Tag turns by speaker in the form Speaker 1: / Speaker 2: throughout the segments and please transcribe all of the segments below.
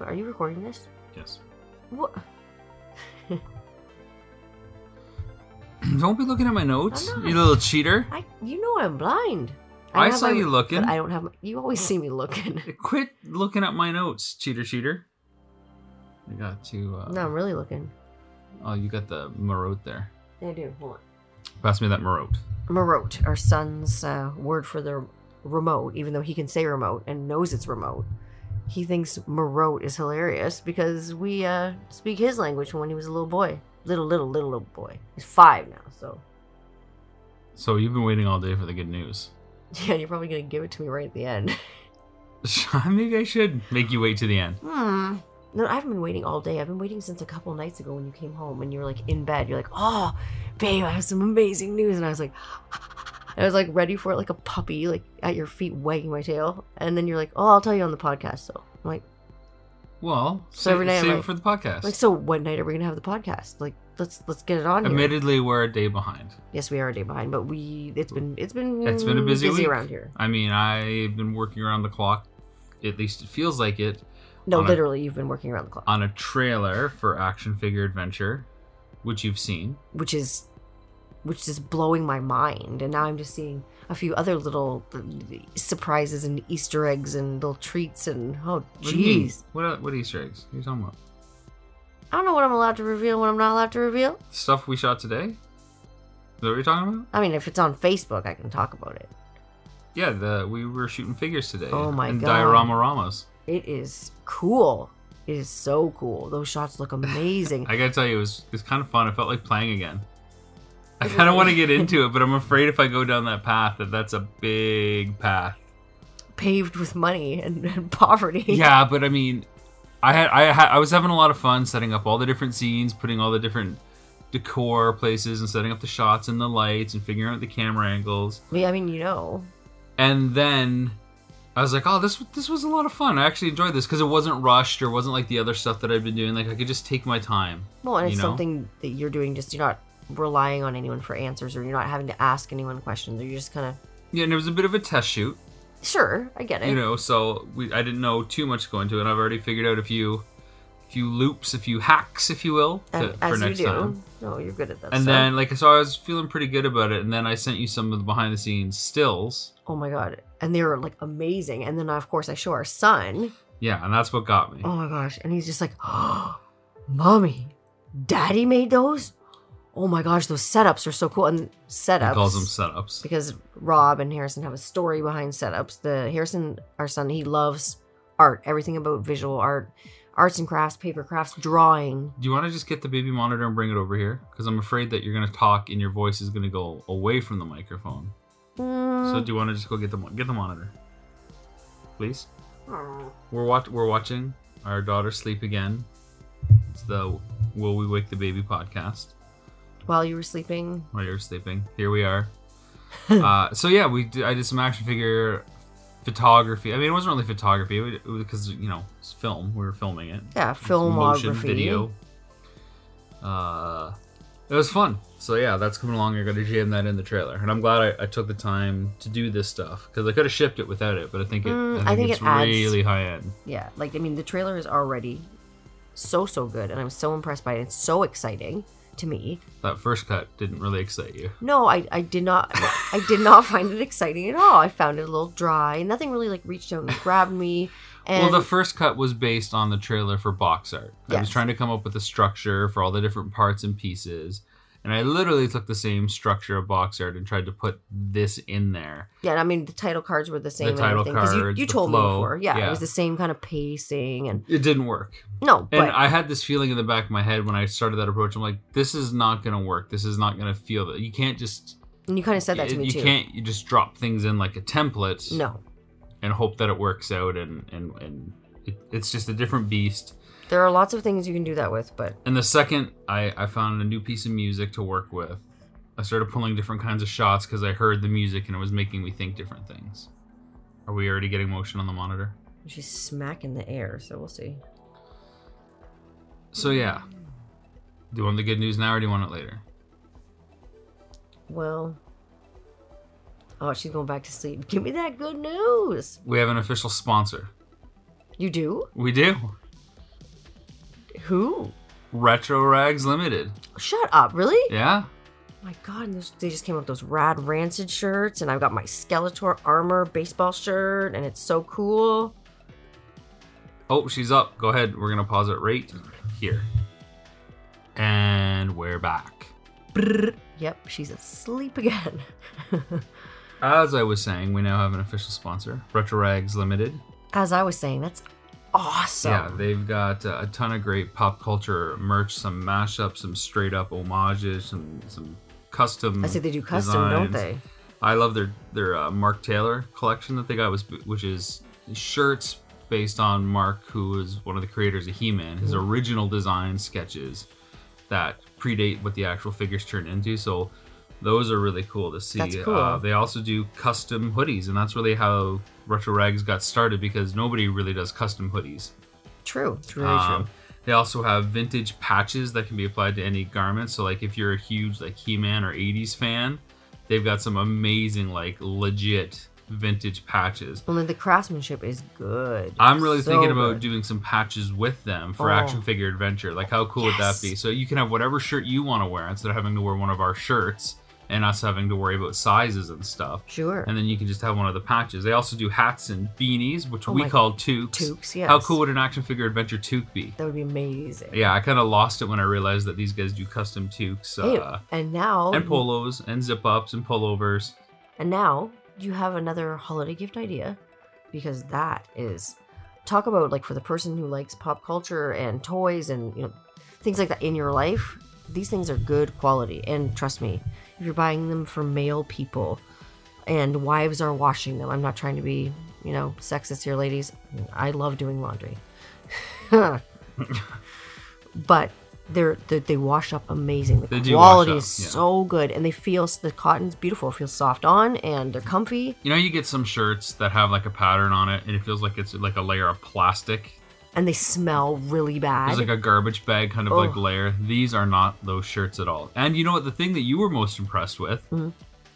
Speaker 1: are you recording this?
Speaker 2: Yes.
Speaker 1: What?
Speaker 2: Don't be looking at my notes,
Speaker 1: I'm not.
Speaker 2: you little cheater.
Speaker 1: I, you know I'm blind.
Speaker 2: I,
Speaker 1: Oh, don't have
Speaker 2: saw
Speaker 1: my-
Speaker 2: you looking.
Speaker 1: But I don't have. My, you always see me looking.
Speaker 2: Quit looking at my notes, cheater, cheater. I got to. Uh,
Speaker 1: no, I'm really looking.
Speaker 2: Oh, you got the marote there.
Speaker 1: I do. Hold on.
Speaker 2: Pass me that marote.
Speaker 1: Marote, our son's uh, word for the remote, even though he can say remote and knows it's remote. He thinks marote is hilarious because we uh, speak his language from when he was a little boy. Little, little, little, little boy. He's five now, so.
Speaker 2: So you've been waiting all day for the good news.
Speaker 1: Yeah, you're probably going to give it to me right at the end.
Speaker 2: Maybe I should make you wait to the end.
Speaker 1: Hmm. No, I haven't been waiting all day. I've been waiting since a couple nights ago when you came home and you were like in bed. You're like, oh, babe, I have some amazing news. And I was like, I was like ready for it like a puppy, like at your feet, wagging my tail. And then you're like, oh, I'll tell you on the podcast. So I'm like,
Speaker 2: Well,
Speaker 1: So
Speaker 2: sa-
Speaker 1: every night I'm
Speaker 2: save
Speaker 1: like-
Speaker 2: it for the podcast.
Speaker 1: like so what night are we gonna have the podcast? Like let's let's get it on. Here.
Speaker 2: Admittedly, we're a day behind.
Speaker 1: Yes, we are a day behind, but we it's been it's been
Speaker 2: It's been a busy
Speaker 1: busy
Speaker 2: week.
Speaker 1: around here.
Speaker 2: I mean, I've been working around the clock. At least it feels like it
Speaker 1: No,
Speaker 2: On a-
Speaker 1: literally, you've been working around the clock,
Speaker 2: on a trailer for Action Figure Adventure, which you've seen.
Speaker 1: which is which is blowing my mind. And now I'm just seeing a few other little uh, surprises and Easter eggs and little treats and oh
Speaker 2: What do you mean?
Speaker 1: jeez,
Speaker 2: What, are- what Easter eggs? What are you talking about?
Speaker 1: I don't know what I'm allowed to reveal, what I'm not allowed to reveal.
Speaker 2: Stuff we shot today? Is that what you're talking about?
Speaker 1: I mean, if it's on Facebook, I can talk about it.
Speaker 2: Yeah, the we were shooting figures today.
Speaker 1: Oh my
Speaker 2: and
Speaker 1: God.
Speaker 2: Diorama Ramas.
Speaker 1: It is cool. It is so cool. Those shots look amazing.
Speaker 2: I gotta tell you, it was it's kind of fun. I felt like playing again. I kind of want to get into it, but I'm afraid if I go down that path, that that's a big path.
Speaker 1: paved with money and, and poverty.
Speaker 2: yeah, but I mean, I had I had I was having a lot of fun setting up all the different scenes, putting all the different decor places, and setting up the shots and the lights, and figuring out the camera angles.
Speaker 1: But, I mean, you know,
Speaker 2: And then I was like, oh, this this was a lot of fun. I actually enjoyed this because it wasn't rushed or wasn't like the other stuff that I've been doing. Like I could just take my time.
Speaker 1: well, and
Speaker 2: You
Speaker 1: it's
Speaker 2: know?
Speaker 1: something that you're doing. Just you're not relying on anyone for answers, or you're not having to ask anyone questions, or you're just kind of
Speaker 2: Yeah, and it was a bit of a test shoot.
Speaker 1: sure. I get it.
Speaker 2: you know so we, i didn't know too much going to it i've already figured out a few few loops a few hacks if you will to,
Speaker 1: And-
Speaker 2: for
Speaker 1: as you
Speaker 2: next
Speaker 1: do.
Speaker 2: time
Speaker 1: No, you're good at that.
Speaker 2: and
Speaker 1: stuff.
Speaker 2: then like so i was feeling pretty good about it and then i sent you some of the behind the scenes stills
Speaker 1: oh my god, and they were like amazing. And then of course I show our son.
Speaker 2: yeah and that's what got me
Speaker 1: Oh my gosh, and he's just like, oh, mommy, daddy made those. Oh my gosh, those setups are so cool. And setups
Speaker 2: he calls them setups
Speaker 1: because Rob and Harrison have a story behind setups. The Harrison, our son, he loves art, everything about visual art, arts and crafts, paper crafts, drawing.
Speaker 2: do you want to just get the baby monitor and bring it over here because i'm afraid that you're going to talk and your voice is going to go away from the microphone so
Speaker 1: Mm.
Speaker 2: do you want to just go get the mon- get the monitor please We're watch- we're watching our daughter sleep again. It's the Will We Wake the Baby podcast
Speaker 1: While you were sleeping,
Speaker 2: while you're sleeping. Here we are. uh, so yeah, we did, I did some action figure photography. I mean, it wasn't really photography because you know it's film. We were filming it.
Speaker 1: yeah,
Speaker 2: It's
Speaker 1: filmography,
Speaker 2: motion video. Uh, it was fun. So yeah, that's coming along. I got to jam that in the trailer, and I'm glad I, I took the time to do this stuff because I could have shipped it without it, but I think it,
Speaker 1: Mm,
Speaker 2: I, think
Speaker 1: I think
Speaker 2: it's
Speaker 1: it adds-
Speaker 2: really high end.
Speaker 1: Yeah, like I mean, the trailer is already so so good, and I'm so impressed by it. It's so exciting to me.
Speaker 2: That first cut didn't really excite you.
Speaker 1: No, I, I did not I did not find it exciting at all. I found it a little dry. Nothing really like reached out and grabbed me. And
Speaker 2: well, the first cut was based on the trailer for box art. I
Speaker 1: Yes.
Speaker 2: was trying to come up with a structure for all the different parts and pieces. And I literally took the same structure of box art and tried to put this in there.
Speaker 1: yeah, I mean the title cards were the same. and
Speaker 2: title
Speaker 1: everything, 'cause you,
Speaker 2: cards,
Speaker 1: you
Speaker 2: the
Speaker 1: told me
Speaker 2: flow,
Speaker 1: before. Yeah, it
Speaker 2: yeah.
Speaker 1: was the same kind of pacing and
Speaker 2: It didn't work.
Speaker 1: no,
Speaker 2: And
Speaker 1: but
Speaker 2: I had this feeling in the back of my head when I started that approach. I'm like, this is not going to work. This is not going to feel that. You can't just.
Speaker 1: and you kind of said that to
Speaker 2: you,
Speaker 1: me
Speaker 2: you
Speaker 1: too.
Speaker 2: can't you just drop things in like a template
Speaker 1: No,
Speaker 2: and hope that it works out and and and it, it's just a different beast
Speaker 1: there are lots of things you can do that with, but
Speaker 2: And the second I, I found a new piece of music to work with, I started pulling different kinds of shots because I heard the music and it was making me think different things. Are we already getting motion on the monitor?
Speaker 1: she's smacking the air, so we'll see.
Speaker 2: So yeah. Do you want the good news now or do you want it later?
Speaker 1: Well, oh, she's going back to sleep. Give me that good news.
Speaker 2: We have an official sponsor.
Speaker 1: You do?
Speaker 2: We do.
Speaker 1: Who?
Speaker 2: Retro Rags Limited.
Speaker 1: Shut up, really?
Speaker 2: Yeah.
Speaker 1: My God, and those, they just came up with those rad rancid shirts, and I've got my Skeletor armor baseball shirt, and it's so cool.
Speaker 2: Oh, she's up. Go ahead. We're gonna pause it right here. And we're back.
Speaker 1: Brrr. Yep, she's asleep again.
Speaker 2: As I was saying, we now have an official sponsor, Retro Rags Limited.
Speaker 1: As I was saying, that's awesome.
Speaker 2: Yeah, they've got uh, a ton of great pop culture merch, some mashups, some straight up homages, some some custom.
Speaker 1: I say they do custom, don't
Speaker 2: designs.
Speaker 1: they?
Speaker 2: I love their their uh, Mark Taylor collection that they got was which is shirts based on Mark, who is one of the creators of He-Man. His
Speaker 1: Mm-hmm.
Speaker 2: original design sketches that predate what the actual figures turned into. So those are really cool to see.
Speaker 1: That's cool.
Speaker 2: Uh, they also do custom hoodies, and that's really how Retro Rags got started because nobody really does custom hoodies.
Speaker 1: True. It's really
Speaker 2: Um, They also have vintage patches that can be applied to any garment. So like if you're a huge like He-Man or 80s fan, they've got some amazing like legit vintage patches.
Speaker 1: true. Only the craftsmanship is good.
Speaker 2: I'm really
Speaker 1: So
Speaker 2: thinking about
Speaker 1: good.
Speaker 2: doing some patches with them for
Speaker 1: Oh.
Speaker 2: action figure adventure. Like how cool would that
Speaker 1: Yes.
Speaker 2: be? So you can have whatever shirt you want to wear instead of having to wear one of our shirts and us having to worry about sizes and stuff.
Speaker 1: Sure.
Speaker 2: And then you can just have one of the patches. They also do hats and beanies, which
Speaker 1: Oh
Speaker 2: we
Speaker 1: my-
Speaker 2: call toques.
Speaker 1: Toques, yes.
Speaker 2: How cool would an action figure adventure toque be?
Speaker 1: That would be amazing.
Speaker 2: Yeah, I kind of lost it when I realized that these guys do custom toques
Speaker 1: Hey, oh,
Speaker 2: uh,
Speaker 1: and now
Speaker 2: and polos and zip ups and pullovers.
Speaker 1: And now you have another holiday gift idea because that is talk about like for the person who likes pop culture and toys and you know things like that in your life. These things are good quality and trust me, if you're buying them for male people and wives are washing them. I'm not trying to be, you know, sexist here ladies. I love doing laundry. but they're, they they wash up amazing. The
Speaker 2: They do wash
Speaker 1: quality
Speaker 2: up,
Speaker 1: is
Speaker 2: yeah.
Speaker 1: so good, and they feel the cotton's beautiful. It feels soft on, and they're comfy.
Speaker 2: You know, you get some shirts that have like a pattern on it, and it feels like it's like a layer of plastic.
Speaker 1: and they smell really bad.
Speaker 2: There's like a garbage bag kind of like
Speaker 1: Ugh.
Speaker 2: layer. These are not those shirts at all. And you know what? The thing that you were most impressed with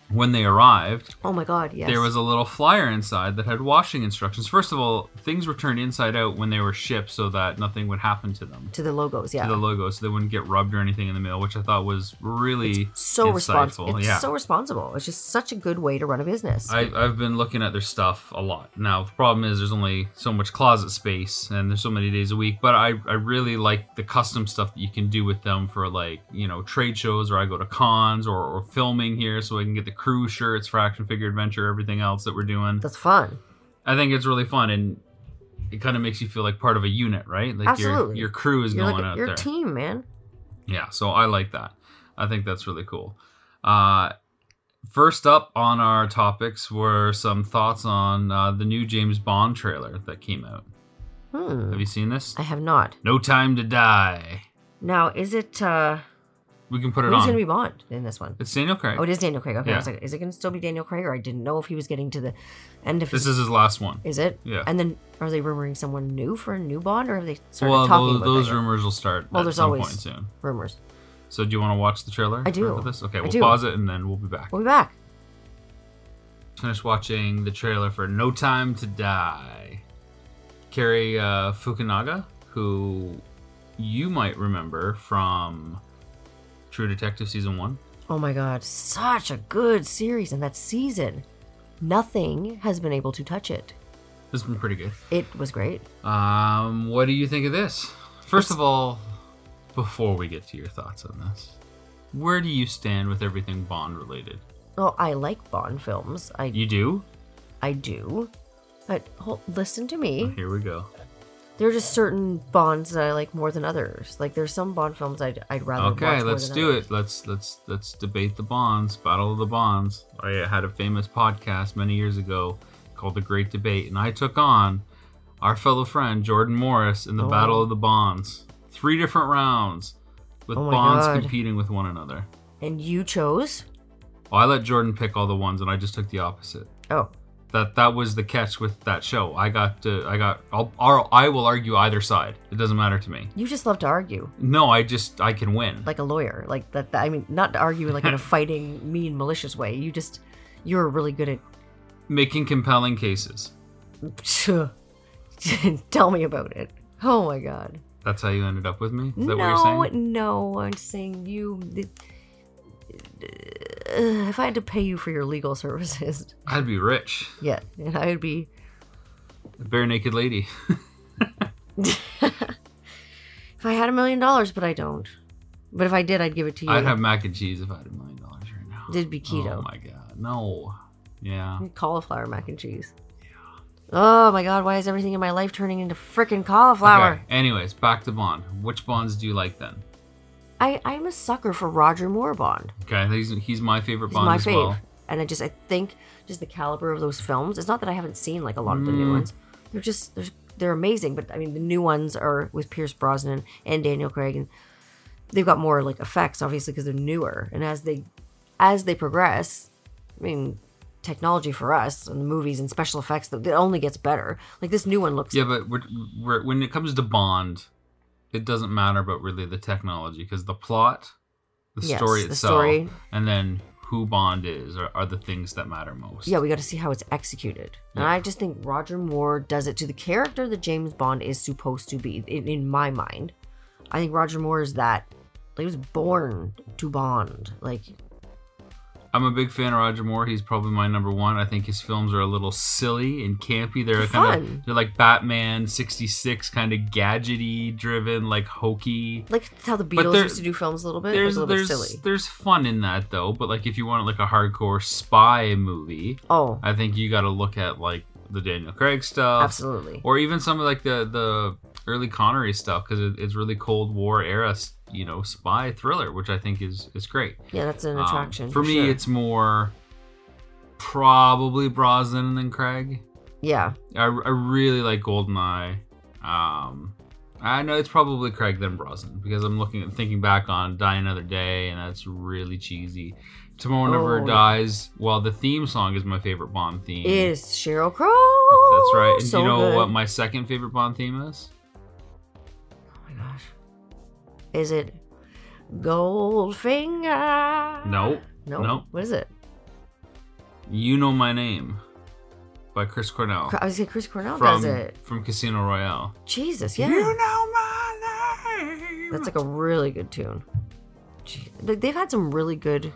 Speaker 2: when they arrived,
Speaker 1: oh my god, Hmm. yes.
Speaker 2: there was a little flyer inside that had washing instructions. First of all, things were turned inside out when they were shipped so that nothing would happen to them.
Speaker 1: to the logos, yeah.
Speaker 2: the logo so they wouldn't get rubbed or anything in the mail, which I thought was really
Speaker 1: so responsible.
Speaker 2: insightful.
Speaker 1: It's
Speaker 2: yeah.
Speaker 1: so responsible. It's just such a good way to run a business.
Speaker 2: I, I've been looking at their stuff a lot. Now, the problem is there's only so much closet space and there's so many days a week, but I, I really like the custom stuff that you can do with them for like, you know, trade shows or I go to cons or, or filming here so I can get the crew shirts for Action Figure Adventure, everything else that we're doing.
Speaker 1: That's fun.
Speaker 2: I think it's really fun and it kind of makes you feel like part of a unit, right? Like your
Speaker 1: Absolutely.
Speaker 2: your crew is
Speaker 1: You're
Speaker 2: going
Speaker 1: like
Speaker 2: out
Speaker 1: your
Speaker 2: there.
Speaker 1: team, man.
Speaker 2: Yeah, so I like that. I think that's really cool. Uh, first up on our topics were some thoughts on uh, the new James Bond trailer that came out.
Speaker 1: Hmm.
Speaker 2: Have you seen this?
Speaker 1: I have not.
Speaker 2: No Time to Die.
Speaker 1: Now, is it uh
Speaker 2: We can put it
Speaker 1: who's
Speaker 2: on.
Speaker 1: gonna be Bond in this one?
Speaker 2: It's Daniel Craig.
Speaker 1: Oh, it is Daniel Craig. Okay, I was
Speaker 2: Yeah.
Speaker 1: like, is it gonna still be Daniel Craig? Or I didn't know if he was getting to the end of his.
Speaker 2: this is his last one.
Speaker 1: is it?
Speaker 2: Yeah.
Speaker 1: And then are they rumoring someone new for a new Bond, or have they started
Speaker 2: Well,
Speaker 1: talking
Speaker 2: those,
Speaker 1: about
Speaker 2: those
Speaker 1: that yet?
Speaker 2: rumors will start
Speaker 1: Well,
Speaker 2: at
Speaker 1: there's
Speaker 2: some
Speaker 1: always-
Speaker 2: point soon.
Speaker 1: rumors?
Speaker 2: So, do you want to watch the trailer?
Speaker 1: I do.
Speaker 2: For this? Okay,
Speaker 1: I
Speaker 2: we'll
Speaker 1: do.
Speaker 2: pause it and then we'll be back.
Speaker 1: We'll be back.
Speaker 2: Finished watching the trailer for No Time to Die. Carrie uh, Fukunaga, who you might remember from True Detective season one.
Speaker 1: Oh my god, such a good series, and that season, nothing has been able to touch it.
Speaker 2: This has been pretty good.
Speaker 1: It was great.
Speaker 2: Um, what do you think of this? First of all, before we get to your thoughts on this, where do you stand with everything Bond related?
Speaker 1: Well, I like Bond films. I
Speaker 2: You do?
Speaker 1: I do, but hol- listen to me.
Speaker 2: Here we go.
Speaker 1: There are just certain Bonds that I like more than others. Like there's some Bond films I'd I'd rather. watch
Speaker 2: Okay,
Speaker 1: more
Speaker 2: let's
Speaker 1: than
Speaker 2: do
Speaker 1: others.
Speaker 2: it. Let's let's let's debate the bonds, battle of the bonds. I had a famous podcast many years ago called The Great Debate, and I took on our fellow friend Jordan Morris in the
Speaker 1: Oh.
Speaker 2: battle of the bonds. Three different rounds with
Speaker 1: Oh my
Speaker 2: bonds
Speaker 1: God.
Speaker 2: competing with one another.
Speaker 1: And you chose.
Speaker 2: Well, I let Jordan pick all the ones, and I just took the opposite.
Speaker 1: Oh,
Speaker 2: That that was the catch with that show. I got to, I got I'll, I'll I will argue either side. It doesn't matter to me.
Speaker 1: you just love to argue
Speaker 2: No, I just I can win.
Speaker 1: like a lawyer. Like that. that- I mean, not to argue like in a fighting, mean, malicious way. You just you're really good at.
Speaker 2: Making compelling cases.
Speaker 1: Tell me about it. Oh my god.
Speaker 2: That's how you ended up with me? Is
Speaker 1: no,
Speaker 2: that what you're saying?
Speaker 1: no, I'm saying you. the- uh, if I had to pay you for your legal services,
Speaker 2: I'd be rich.
Speaker 1: yeah, and I would be.
Speaker 2: A bare naked lady.
Speaker 1: if I had a million dollars, but I don't. But if I did, I'd give it to you.
Speaker 2: I'd have mac and cheese if I had a million dollars right now.
Speaker 1: It'd be keto.
Speaker 2: Oh my god. No. Yeah.
Speaker 1: cauliflower mac and cheese. Oh my god, why is everything in my life turning into frickin' cauliflower?
Speaker 2: Okay. Anyways, back to Bond. Which Bonds do you like then?
Speaker 1: I, I'm a sucker for Roger Moore Bond.
Speaker 2: Okay, he's, he's my favorite
Speaker 1: He's
Speaker 2: Bond
Speaker 1: my
Speaker 2: as
Speaker 1: fave.
Speaker 2: well.
Speaker 1: And I just I think just the caliber of those films. It's not that I haven't seen like a lot of the new
Speaker 2: Mm.
Speaker 1: ones. They're just they're, they're amazing, but I mean the new ones are with Pierce Brosnan and Daniel Craig and they've got more like effects obviously because they're newer. And as they as they progress, I mean technology for us and the movies and special effects that it only gets better. Like this new one looks
Speaker 2: Yeah, but we're, we're, when it comes to Bond, it doesn't matter about really the technology because the plot, the
Speaker 1: Yes,
Speaker 2: story
Speaker 1: the
Speaker 2: itself,
Speaker 1: story.
Speaker 2: and then who Bond is are, are the things that matter most.
Speaker 1: Yeah, we got to see how it's executed. And
Speaker 2: Yeah.
Speaker 1: I just think Roger Moore does it to the character that James Bond is supposed to be, in, in my mind. I think Roger Moore is that. Like, he was born to Bond. Like,
Speaker 2: I'm a big fan of Roger Moore. He's probably my number one. I think his films are a little silly and campy. They're
Speaker 1: They're
Speaker 2: kind
Speaker 1: fun.
Speaker 2: of they're like Batman '66, kind of gadgety driven, like hokey.
Speaker 1: like how the
Speaker 2: But
Speaker 1: Beatles
Speaker 2: there-
Speaker 1: used to do films a little bit. It
Speaker 2: There's
Speaker 1: was a little bit
Speaker 2: there's
Speaker 1: silly.
Speaker 2: there's fun in that though. But like if you want like a hardcore spy movie,
Speaker 1: Oh,
Speaker 2: I think you got to look at like the Daniel Craig stuff,
Speaker 1: absolutely.
Speaker 2: or even some of like the the early Connery stuff because it, it's really Cold War era, you know, spy thriller, which I think is is great.
Speaker 1: Yeah, that's an
Speaker 2: Um,
Speaker 1: attraction.
Speaker 2: for me,
Speaker 1: sure.
Speaker 2: it's more probably Brosnan than Craig.
Speaker 1: Yeah.
Speaker 2: I, I really like Goldeneye. Um, I know it's probably Craig than Brosnan because I'm looking at thinking back on Die Another Day, and that's really cheesy. Tomorrow Never
Speaker 1: Oh.
Speaker 2: Dies. Well, the theme song is my favorite Bond theme.
Speaker 1: It is Cheryl Crow.
Speaker 2: That's right. And
Speaker 1: so
Speaker 2: you know
Speaker 1: good.
Speaker 2: what my second favorite Bond theme is?
Speaker 1: Oh my gosh. Is it Goldfinger?
Speaker 2: No.
Speaker 1: No.
Speaker 2: No.
Speaker 1: What is it?
Speaker 2: You Know My Name by Chris Cornell.
Speaker 1: I was gonna say Chris Cornell
Speaker 2: Oh. from,
Speaker 1: does it.
Speaker 2: from Casino Royale.
Speaker 1: Jesus, yeah.
Speaker 2: know my name.
Speaker 1: That's like a really good tune. Gee, they- They've had some really good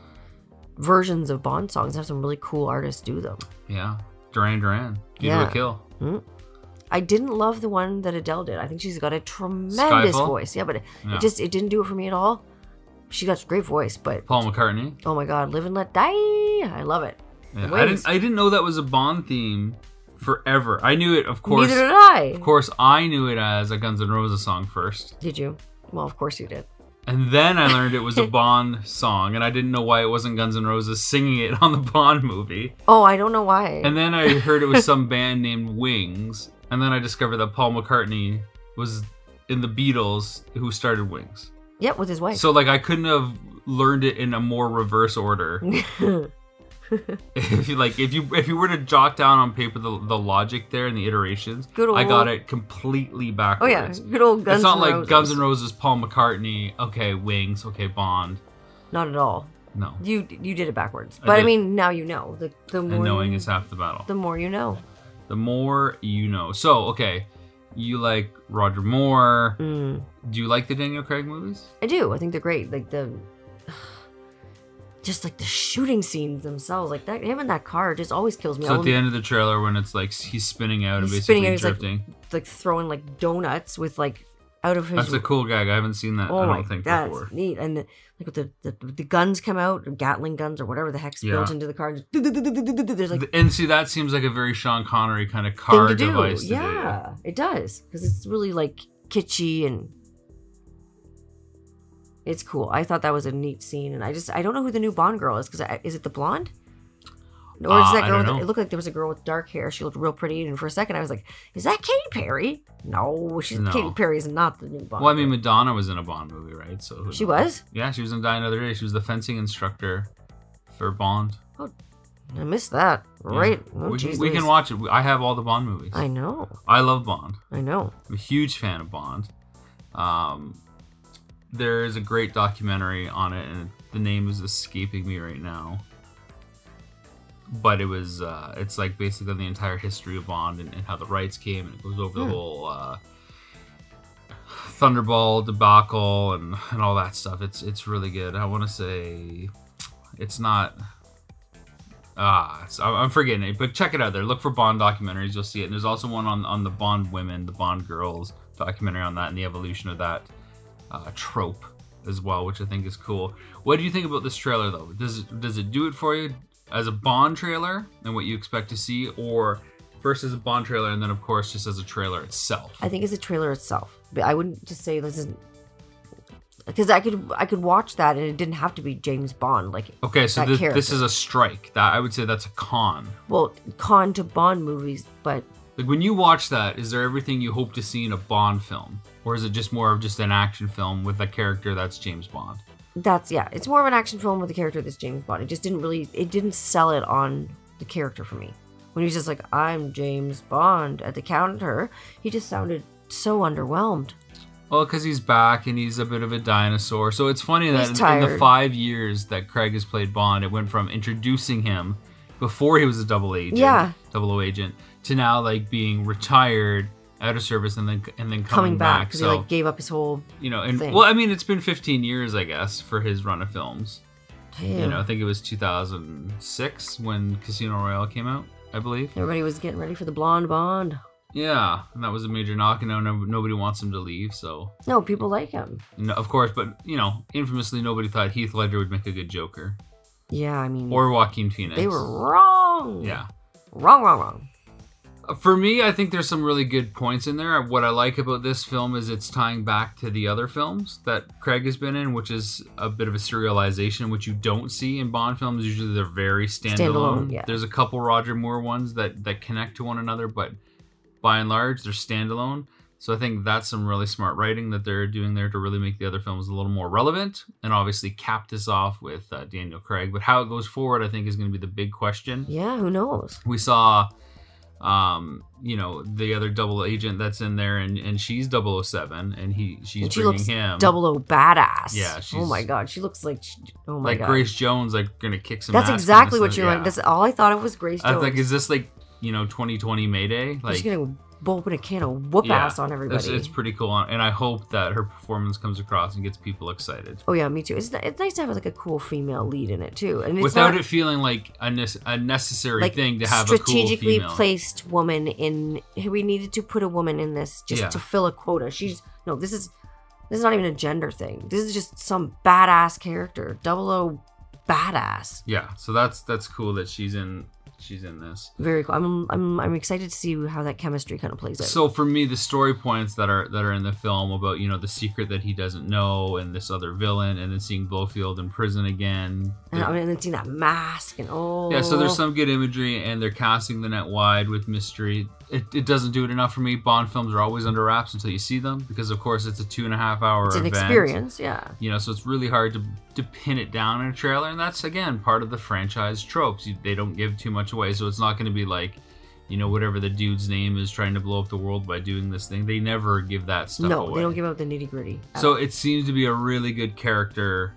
Speaker 1: versions of Bond songs. They have some really cool artists do them.
Speaker 2: Yeah. Duran Duran. Give it
Speaker 1: Yeah.
Speaker 2: a kill.
Speaker 1: I didn't love the one that Adele did. I think she's got a tremendous
Speaker 2: Skyfall?
Speaker 1: voice. Yeah, but it,
Speaker 2: Yeah.
Speaker 1: it just it didn't do it for me at all. She got a great voice, but
Speaker 2: Paul McCartney.
Speaker 1: oh my god, live and let die. I love it.
Speaker 2: Yeah. I
Speaker 1: Wait.
Speaker 2: didn't I didn't know that was a Bond theme forever. I knew it of course.
Speaker 1: Neither did I.
Speaker 2: Of course I knew it as a Guns N' Roses song first.
Speaker 1: Did you? Well, of course you did.
Speaker 2: And then I learned it was a Bond song and I didn't know why it wasn't Guns N' Roses singing it on the Bond movie.
Speaker 1: Oh, I don't know why.
Speaker 2: And then I heard it was some band named Wings, and then I discovered that Paul McCartney was in the Beatles who started Wings.
Speaker 1: yep, with his wife.
Speaker 2: So like I couldn't have learned it in a more reverse order. if you like if you if you were to jot down on paper the, the logic there and the iterations,
Speaker 1: Good
Speaker 2: I
Speaker 1: old-
Speaker 2: got it completely
Speaker 1: oh yeah,
Speaker 2: backwards.
Speaker 1: good old Guns.
Speaker 2: it's not
Speaker 1: N'
Speaker 2: like
Speaker 1: Roses.
Speaker 2: Guns N' Roses, Paul McCartney, okay, Wings, okay, Bond.
Speaker 1: Not at all.
Speaker 2: No.
Speaker 1: You you did it backwards,
Speaker 2: I
Speaker 1: but I,
Speaker 2: did.
Speaker 1: mean now you know. The the more
Speaker 2: And knowing
Speaker 1: you-
Speaker 2: is half the battle.
Speaker 1: the more you know.
Speaker 2: The more you know. So, okay, you like Roger Moore,
Speaker 1: Mm.
Speaker 2: Do you like the Daniel Craig movies?
Speaker 1: I do. I think they're great. Like the just like the shooting scenes themselves, like that him in that car just always kills me. I
Speaker 2: So at
Speaker 1: will-
Speaker 2: the end of the trailer, when it's like he's spinning out and
Speaker 1: He's
Speaker 2: basically
Speaker 1: spinning out, he's like-
Speaker 2: drifting,
Speaker 1: like throwing like donuts with like out of his.
Speaker 2: that's a cool gag. I haven't seen that.
Speaker 1: oh
Speaker 2: I
Speaker 1: my,
Speaker 2: don't think
Speaker 1: that's
Speaker 2: before.
Speaker 1: neat. And the, like with the, the the guns come out, or Gatling guns or whatever the heck's built
Speaker 2: Yeah.
Speaker 1: into the car. and just- There's like
Speaker 2: Th- and see, that seems like a very Sean Connery kind of
Speaker 1: thing
Speaker 2: car
Speaker 1: to do.
Speaker 2: device. to do.
Speaker 1: yeah, it does because it's really like kitschy and it's cool. I thought that was a neat scene, and I just I don't know who the new Bond girl is because is it the blonde? Or is
Speaker 2: Uh,
Speaker 1: that
Speaker 2: I
Speaker 1: girl?
Speaker 2: don't
Speaker 1: with-
Speaker 2: know.
Speaker 1: it looked like there was a girl with dark hair. She looked real pretty, and for a second I was like, "Is that Katy Perry?" No, she's
Speaker 2: No.
Speaker 1: Katy Perry is not the new Bond.
Speaker 2: Well, I mean,
Speaker 1: girl.
Speaker 2: Madonna was in a Bond movie, right? So who
Speaker 1: She
Speaker 2: knows?
Speaker 1: was?
Speaker 2: Yeah, she was in Die Another Day. She was the fencing instructor for Bond.
Speaker 1: I missed that.
Speaker 2: Yeah.
Speaker 1: Right? Oh,
Speaker 2: we,
Speaker 1: jeez
Speaker 2: can, we can
Speaker 1: Louise.
Speaker 2: watch it. I have all the Bond movies.
Speaker 1: I know.
Speaker 2: I love Bond.
Speaker 1: I know.
Speaker 2: I'm a huge fan of Bond. Um, there is a great documentary on it, and the name is escaping me right now. But it was, uh, it's like basically the uh, entire history of Bond and, and how the rights came, and it goes over the
Speaker 1: Hmm.
Speaker 2: whole uh, Thunderball debacle and, and all that stuff. It's it's really good. I want to say it's not. Ah, it's, I'm I'm forgetting it, but check it out there. Look for Bond documentaries. You'll see it. And there's also one on, on the Bond women, the Bond girls documentary on that and the evolution of that uh, trope as well, which I think is cool. What do you think about this trailer though? Does it, does it do it for you as a Bond trailer and what you expect to see, or first as a Bond trailer and then of course just as a trailer itself?
Speaker 1: I think it's a trailer itself, but I wouldn't just say this is because I could I could watch that and it didn't have to be James Bond. Like,
Speaker 2: Okay, so
Speaker 1: that
Speaker 2: this, this
Speaker 1: character.
Speaker 2: is a strike. That I would say that's a con.
Speaker 1: well, con to Bond movies, but
Speaker 2: Like when you watch that, is there everything you hope to see in a Bond film, or is it just more of just an action film with a character that's James Bond?
Speaker 1: that's yeah, it's more of an action film with a character that's James Bond. It just didn't really it didn't sell it on the character for me. When he was just like, "I'm James Bond" at the counter, he just sounded so underwhelmed.
Speaker 2: Well, because he's back and he's a bit of a dinosaur. So it's funny that
Speaker 1: He's
Speaker 2: in, in the
Speaker 1: tired.
Speaker 2: five years that Craig has played Bond, it went from introducing him before he was a double agent,
Speaker 1: Yeah.
Speaker 2: double O agent, to now like being retired, out of service, and then and then coming,
Speaker 1: Coming back
Speaker 2: back.
Speaker 1: because
Speaker 2: So
Speaker 1: he like gave up his whole.
Speaker 2: you know, and
Speaker 1: thing.
Speaker 2: well, I mean, it's been 15 years, I guess, for his run of films. You
Speaker 1: Damn.
Speaker 2: know, I think it was 2006 when Casino Royale came out, I believe.
Speaker 1: Everybody was getting ready for the blonde Bond.
Speaker 2: Yeah, and that was a major knock, and now no- nobody wants him to leave. So,
Speaker 1: No, people like him.
Speaker 2: no, of course, but you know, infamously, nobody thought Heath Ledger would make a good Joker
Speaker 1: Yeah, I mean,
Speaker 2: or Joaquin Phoenix.
Speaker 1: they were wrong.
Speaker 2: Yeah.
Speaker 1: wrong, wrong, wrong.
Speaker 2: For me, I think there's some really good points in there. What I like about this film is it's tying back to the other films that Craig has been in, which is a bit of a serialization, which you don't see in Bond films. Usually, they're very standalone.
Speaker 1: Standalone, yeah.
Speaker 2: There's a couple Roger Moore ones that that connect to one another, but by and large, they're standalone. So I think that's some really smart writing that they're doing there to really make the other films a little more relevant, and obviously cap this off with uh, Daniel Craig. But how it goes forward, I think, is going to be the big question
Speaker 1: Yeah, who knows?
Speaker 2: we saw um you know the other double agent that's in there and and she's 007 and he she's
Speaker 1: And she
Speaker 2: bringing
Speaker 1: looks
Speaker 2: him
Speaker 1: Double O badass.
Speaker 2: Um, Yeah,
Speaker 1: oh
Speaker 2: she's-
Speaker 1: my god, she looks like. She, oh my
Speaker 2: like
Speaker 1: god.
Speaker 2: grace jones like gonna kick some
Speaker 1: That's
Speaker 2: ass
Speaker 1: exactly
Speaker 2: in
Speaker 1: what
Speaker 2: this-
Speaker 1: you're.
Speaker 2: yeah.
Speaker 1: Like, that's all I thought of was Grace
Speaker 2: i
Speaker 1: Jones.
Speaker 2: was like is this like you know 2020 mayday like
Speaker 1: She's gonna open a can of whoop
Speaker 2: Yeah,
Speaker 1: ass on everybody.
Speaker 2: it's, it's pretty cool and i hope that her performance comes across and gets people excited
Speaker 1: oh yeah, me too. It's, it's nice to have like a cool female lead in it too, and it's
Speaker 2: without
Speaker 1: not,
Speaker 2: it feeling like a, nes- a necessary
Speaker 1: like
Speaker 2: thing to have
Speaker 1: strategically
Speaker 2: a cool female.
Speaker 1: placed woman in we needed to put a woman in this just
Speaker 2: Yeah.
Speaker 1: to fill a quota she's no this is this is not even a gender thing this is just some badass character double o badass
Speaker 2: yeah so that's that's cool that she's in she's in this
Speaker 1: very cool i'm i'm, I'm excited to see how that chemistry kind of plays out
Speaker 2: So for me, the story points that are that are in the film about you know the secret that he doesn't know and this other villain, and then seeing Blowfield in prison again.
Speaker 1: and, I mean, and then seeing that mask and oh
Speaker 2: yeah, so there's some good imagery, and they're casting the net wide with mystery. It, it doesn't do it enough for me. Bond films are always under wraps until you see them because, of course, it's a two and a half hour.
Speaker 1: it's an
Speaker 2: event,
Speaker 1: experience yeah
Speaker 2: You know, so it's really hard to, to pin it down in a trailer, and that's again part of the franchise tropes. You, they don't give too much away, so it's not going to be like, you know, whatever the dude's name is trying to blow up the world by doing this thing. They never give that stuff.
Speaker 1: no
Speaker 2: away.
Speaker 1: they don't give out the nitty gritty
Speaker 2: So it seems to be a really good character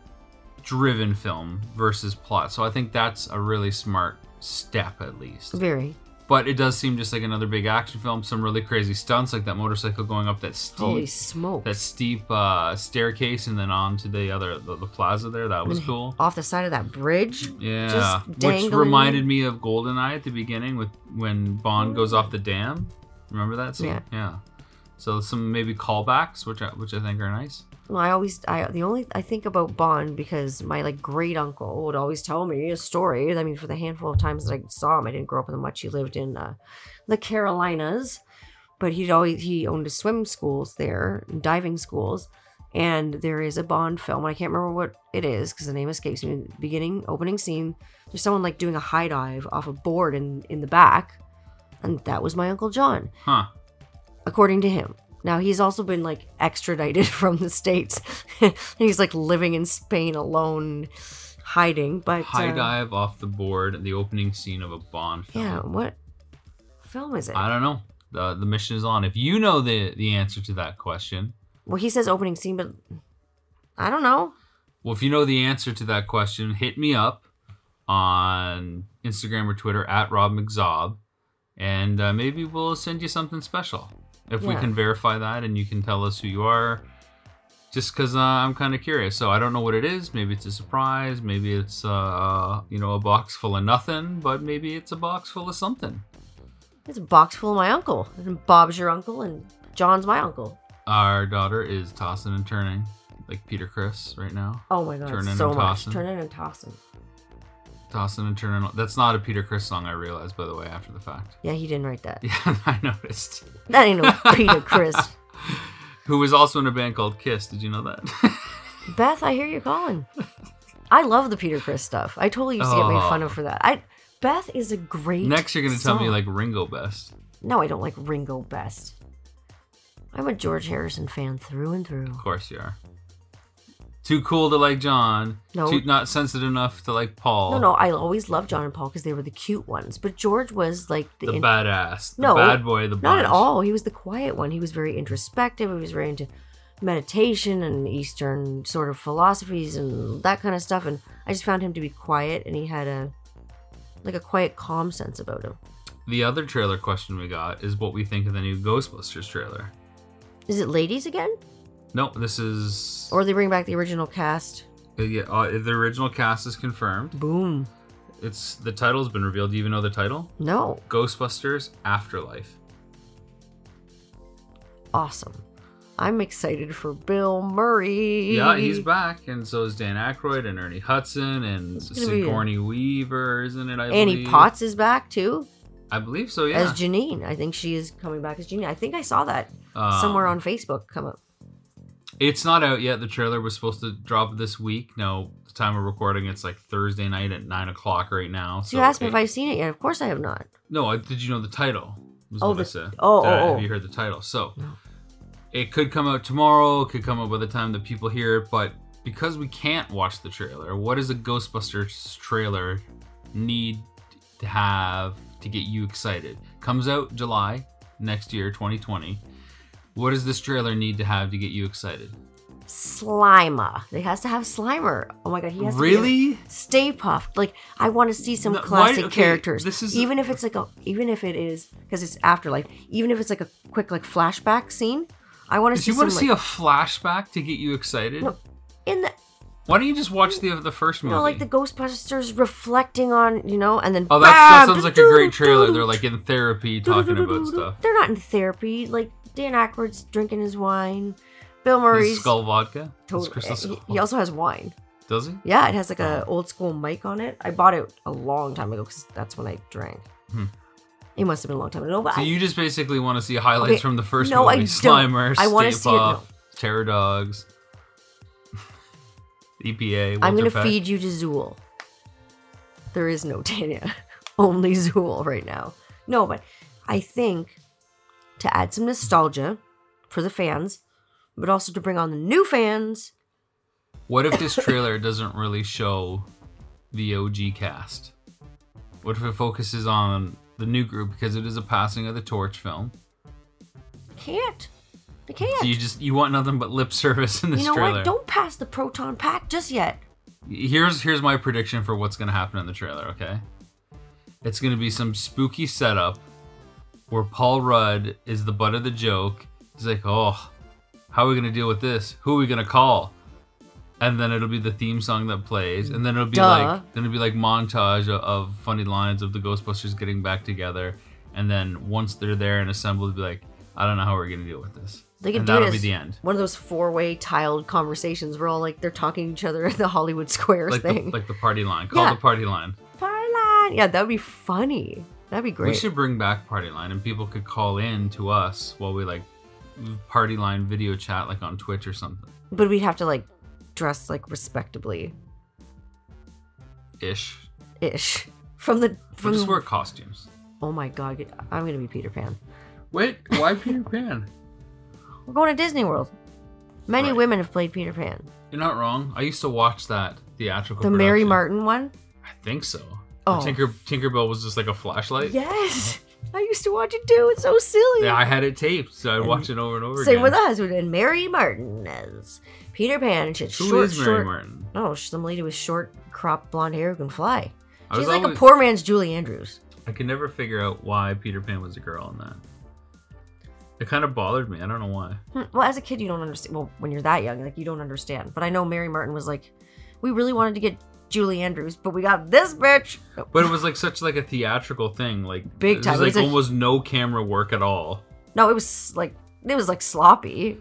Speaker 2: driven film versus plot. So I think that's a really smart step at least.
Speaker 1: very
Speaker 2: But it does seem just like another big action film, some really crazy stunts like that motorcycle going up that steep
Speaker 1: holy smoke
Speaker 2: that steep uh, staircase and then on to the other the, the plaza there. That was
Speaker 1: And
Speaker 2: cool.
Speaker 1: off the side of that bridge
Speaker 2: Yeah,
Speaker 1: just
Speaker 2: which
Speaker 1: dangling-
Speaker 2: reminded me of Goldeneye at the beginning with when Bond goes off the dam. Remember that scene?
Speaker 1: Yeah.
Speaker 2: So some maybe callbacks, which I, which I think are nice.
Speaker 1: Well, I always, I the only I think about Bond because my like great uncle would always tell me a story. I mean, for the handful of times that I saw him, I didn't grow up in them much. He lived in uh, the Carolinas, but he'd always he owned a swim schools there, diving schools, and there is a Bond film. And I can't remember what it is because the name escapes me. Beginning opening scene, there's someone like doing a high dive off a board in in the back, and that was my uncle John
Speaker 2: Huh.
Speaker 1: according to him. Now he's also been like extradited from the states. he's like living in Spain alone, hiding. But
Speaker 2: High
Speaker 1: uh,
Speaker 2: dive off the board in the opening scene of a Bond film.
Speaker 1: yeah, what film is it?
Speaker 2: I don't know. The, the mission is on. If you know the the answer to that question,
Speaker 1: Well, he says opening scene, but I don't know.
Speaker 2: well, if you know the answer to that question, hit me up on Instagram or Twitter at Rob McZob, and uh, maybe we'll send you something special if we
Speaker 1: Yeah.
Speaker 2: can verify that, and you can tell us who you are, just because uh, I'm kind of curious. So I don't know what it is. Maybe it's a surprise. Maybe it's uh, you know a box full of nothing, but maybe it's a box full of something.
Speaker 1: It's a box full of my uncle. And Bob's your uncle, and John's my uncle.
Speaker 2: Our daughter is tossing and turning like Peter Chris right now,
Speaker 1: Oh my god,
Speaker 2: Turning
Speaker 1: so
Speaker 2: and
Speaker 1: much.
Speaker 2: tossing.
Speaker 1: Turning and tossing.
Speaker 2: tossing and turning. That's not a Peter Chris song. I realized by the way after the fact.
Speaker 1: Yeah, he didn't write that.
Speaker 2: Yeah, I noticed.
Speaker 1: That ain't no Peter Chris.
Speaker 2: Who was also in a band called Kiss? Did you know that?
Speaker 1: Beth, I hear you calling. I love the Peter Chris stuff. I totally used to get made
Speaker 2: Oh.
Speaker 1: fun of for that. I Beth is a great.
Speaker 2: Next, you're gonna tell me
Speaker 1: song.
Speaker 2: like Ringo best.
Speaker 1: No, I don't like Ringo best. I'm a George Harrison fan through and through.
Speaker 2: Of course you are. Too cool to like John.
Speaker 1: No.
Speaker 2: Too not sensitive enough to like Paul.
Speaker 1: No, no, I always loved John and Paul because they were the cute ones. But George was like the,
Speaker 2: The
Speaker 1: in-
Speaker 2: badass. The
Speaker 1: No,
Speaker 2: bad boy. The
Speaker 1: not at
Speaker 2: bunch.
Speaker 1: all. He was the quiet one. He was very introspective. He was very into meditation and Eastern sort of philosophies and that kind of stuff. And I just found him to be quiet, and he had a like a quiet, calm sense about him.
Speaker 2: The other trailer question we got is what we think of the new Ghostbusters trailer.
Speaker 1: Is it ladies again,
Speaker 2: No, this is.
Speaker 1: or they bring back the original cast?
Speaker 2: Uh, yeah, uh, the original cast is confirmed.
Speaker 1: Boom.
Speaker 2: It's the title's been revealed. Do you even know the title?
Speaker 1: No,
Speaker 2: Ghostbusters Afterlife.
Speaker 1: awesome. I'm excited for Bill Murray.
Speaker 2: Yeah, he's back, and so is Dan Aykroyd and Ernie Hudson and
Speaker 1: It's gonna be-
Speaker 2: Sigourney Weaver, isn't it? I
Speaker 1: Annie
Speaker 2: believe?
Speaker 1: Potts is back too
Speaker 2: I believe so. Yeah.
Speaker 1: as Janine. I think she is coming back as Janine. I think I saw that
Speaker 2: Um,
Speaker 1: somewhere on Facebook come up.
Speaker 2: It's not out yet. The trailer was supposed to drop this week. No, the time of recording, it's like Thursday night at nine o'clock right now.
Speaker 1: So
Speaker 2: So
Speaker 1: you asked me
Speaker 2: it-
Speaker 1: if I've seen it yet. Of course I have not.
Speaker 2: No, I, did you know the title? Was
Speaker 1: Oh,
Speaker 2: what I
Speaker 1: the-
Speaker 2: said.
Speaker 1: oh,
Speaker 2: Did I-
Speaker 1: oh, oh.
Speaker 2: Have you heard the title? So
Speaker 1: No.
Speaker 2: it could come out tomorrow. It could come out by the time that people hear it. But because we can't watch the trailer, what does a Ghostbusters trailer need to have to get you excited? Comes out July next year, 2020. What does this trailer need to have to get you excited?
Speaker 1: Slimer. It has to have Slimer. Oh my god, he has to be
Speaker 2: Really?
Speaker 1: a- Stay puffed. Like I want to see some
Speaker 2: No, why-
Speaker 1: classic
Speaker 2: okay,
Speaker 1: characters.
Speaker 2: this is-
Speaker 1: even if it's like a even if it is because it's afterlife. Even if it's like a quick like flashback scene, I want to
Speaker 2: Did
Speaker 1: see
Speaker 2: you want to
Speaker 1: some
Speaker 2: see a
Speaker 1: like,
Speaker 2: flashback to get you excited?
Speaker 1: No. in the
Speaker 2: Why don't you just watch the the first
Speaker 1: you
Speaker 2: movie?
Speaker 1: know like the Ghostbusters reflecting on you know and then
Speaker 2: Oh, that's, that
Speaker 1: bam,
Speaker 2: sounds like a great trailer.
Speaker 1: doo-doo-doo-doo.
Speaker 2: They're like in therapy talking about stuff.
Speaker 1: They're not in therapy. Like Dan Aykroyd's drinking his wine. Bill Murray's
Speaker 2: His skull vodka? His
Speaker 1: totally-
Speaker 2: crystal skull.
Speaker 1: he- he also has wine.
Speaker 2: Does he?
Speaker 1: Yeah, it has like a old school mic on it. I bought it a long time ago because that's when I drank.
Speaker 2: Hmm.
Speaker 1: It must have been a long time ago, but
Speaker 2: So
Speaker 1: I-
Speaker 2: you just basically want to see highlights
Speaker 1: Okay,
Speaker 2: from the first
Speaker 1: no, I
Speaker 2: movie.
Speaker 1: don't.
Speaker 2: Slimer,
Speaker 1: I wanna
Speaker 2: Stay
Speaker 1: see it now.
Speaker 2: Puft, Terror Dogs, EPA,
Speaker 1: I'm gonna
Speaker 2: Walter Peck.
Speaker 1: feed you to Zool. There is no Tanya, only Zool right now. No, but I think to add some nostalgia for the fans, but also to bring on the new fans.
Speaker 2: What if this trailer doesn't really show the OG cast? What if it focuses on the new group because it is a passing of the torch film?
Speaker 1: Can't, they can't.
Speaker 2: So you just you want nothing but lip service in this
Speaker 1: you know
Speaker 2: trailer.
Speaker 1: what? Don't pass the proton pack just yet.
Speaker 2: here's here's my prediction for what's gonna happen in the trailer okay it's gonna be some spooky setup where paul rudd is the butt of the joke he's like oh how are we gonna deal with this who are we gonna call and then it'll be the theme song that plays and then it'll be
Speaker 1: Duh.
Speaker 2: like then it'll be like montage of, of funny lines of the ghostbusters getting back together and then once they're there and assembled it'll be like i don't know how we're gonna deal with this
Speaker 1: They could
Speaker 2: and
Speaker 1: do it
Speaker 2: that'll be
Speaker 1: as-
Speaker 2: the end
Speaker 1: One of those four-way tiled conversations where all like they're talking to each other at the Hollywood Squares
Speaker 2: like the,
Speaker 1: thing.
Speaker 2: like the party line call
Speaker 1: Yeah.
Speaker 2: the party line
Speaker 1: Thailand. Yeah, that'd be funny. That'd be great.
Speaker 2: We should bring back Party Line, and people could call in to us while we like Party Line video chat, like on Twitch or something
Speaker 1: But we'd have to like dress like respectably
Speaker 2: ish.
Speaker 1: ish. From the
Speaker 2: We'll
Speaker 1: from
Speaker 2: just wear costumes.
Speaker 1: Oh my god, get- I'm gonna be Peter Pan.
Speaker 2: Wait, why Peter Pan?
Speaker 1: We're going to Disney World. Many
Speaker 2: Right.
Speaker 1: women have played Peter Pan.
Speaker 2: You're not wrong. I used to watch that theatrical.
Speaker 1: The Mary
Speaker 2: production.
Speaker 1: Martin one?
Speaker 2: I think so.
Speaker 1: Oh.
Speaker 2: Oh. Tinker Tinkerbell was just like a flashlight. Yeah.
Speaker 1: Yes. I used to watch it too. It's so silly.
Speaker 2: I had it taped, so I watched it over and over
Speaker 1: Same
Speaker 2: again.
Speaker 1: with us. And Mary Martin as Peter Pan. And she's
Speaker 2: Who is
Speaker 1: short,
Speaker 2: Mary
Speaker 1: short.
Speaker 2: Martin?
Speaker 1: Oh, she's some lady with short, cropped blonde hair who can fly.
Speaker 2: I
Speaker 1: She's
Speaker 2: was
Speaker 1: like
Speaker 2: always-
Speaker 1: a poor man's Julie Andrews.
Speaker 2: I could never figure out why Peter Pan was a girl in that. It kind of bothered me. I don't know why.
Speaker 1: Hmm, Well, as a kid, you don't understand. Well, when you're that young, like you don't understand. But I know Mary Martin was like, we really wanted to get Julie Andrews, but we got this bitch.
Speaker 2: But it was like such like a theatrical thing, like
Speaker 1: Big
Speaker 2: it
Speaker 1: time. It
Speaker 2: was
Speaker 1: was
Speaker 2: like
Speaker 1: a-
Speaker 2: almost no camera work at all.
Speaker 1: No, it was like it was like sloppy.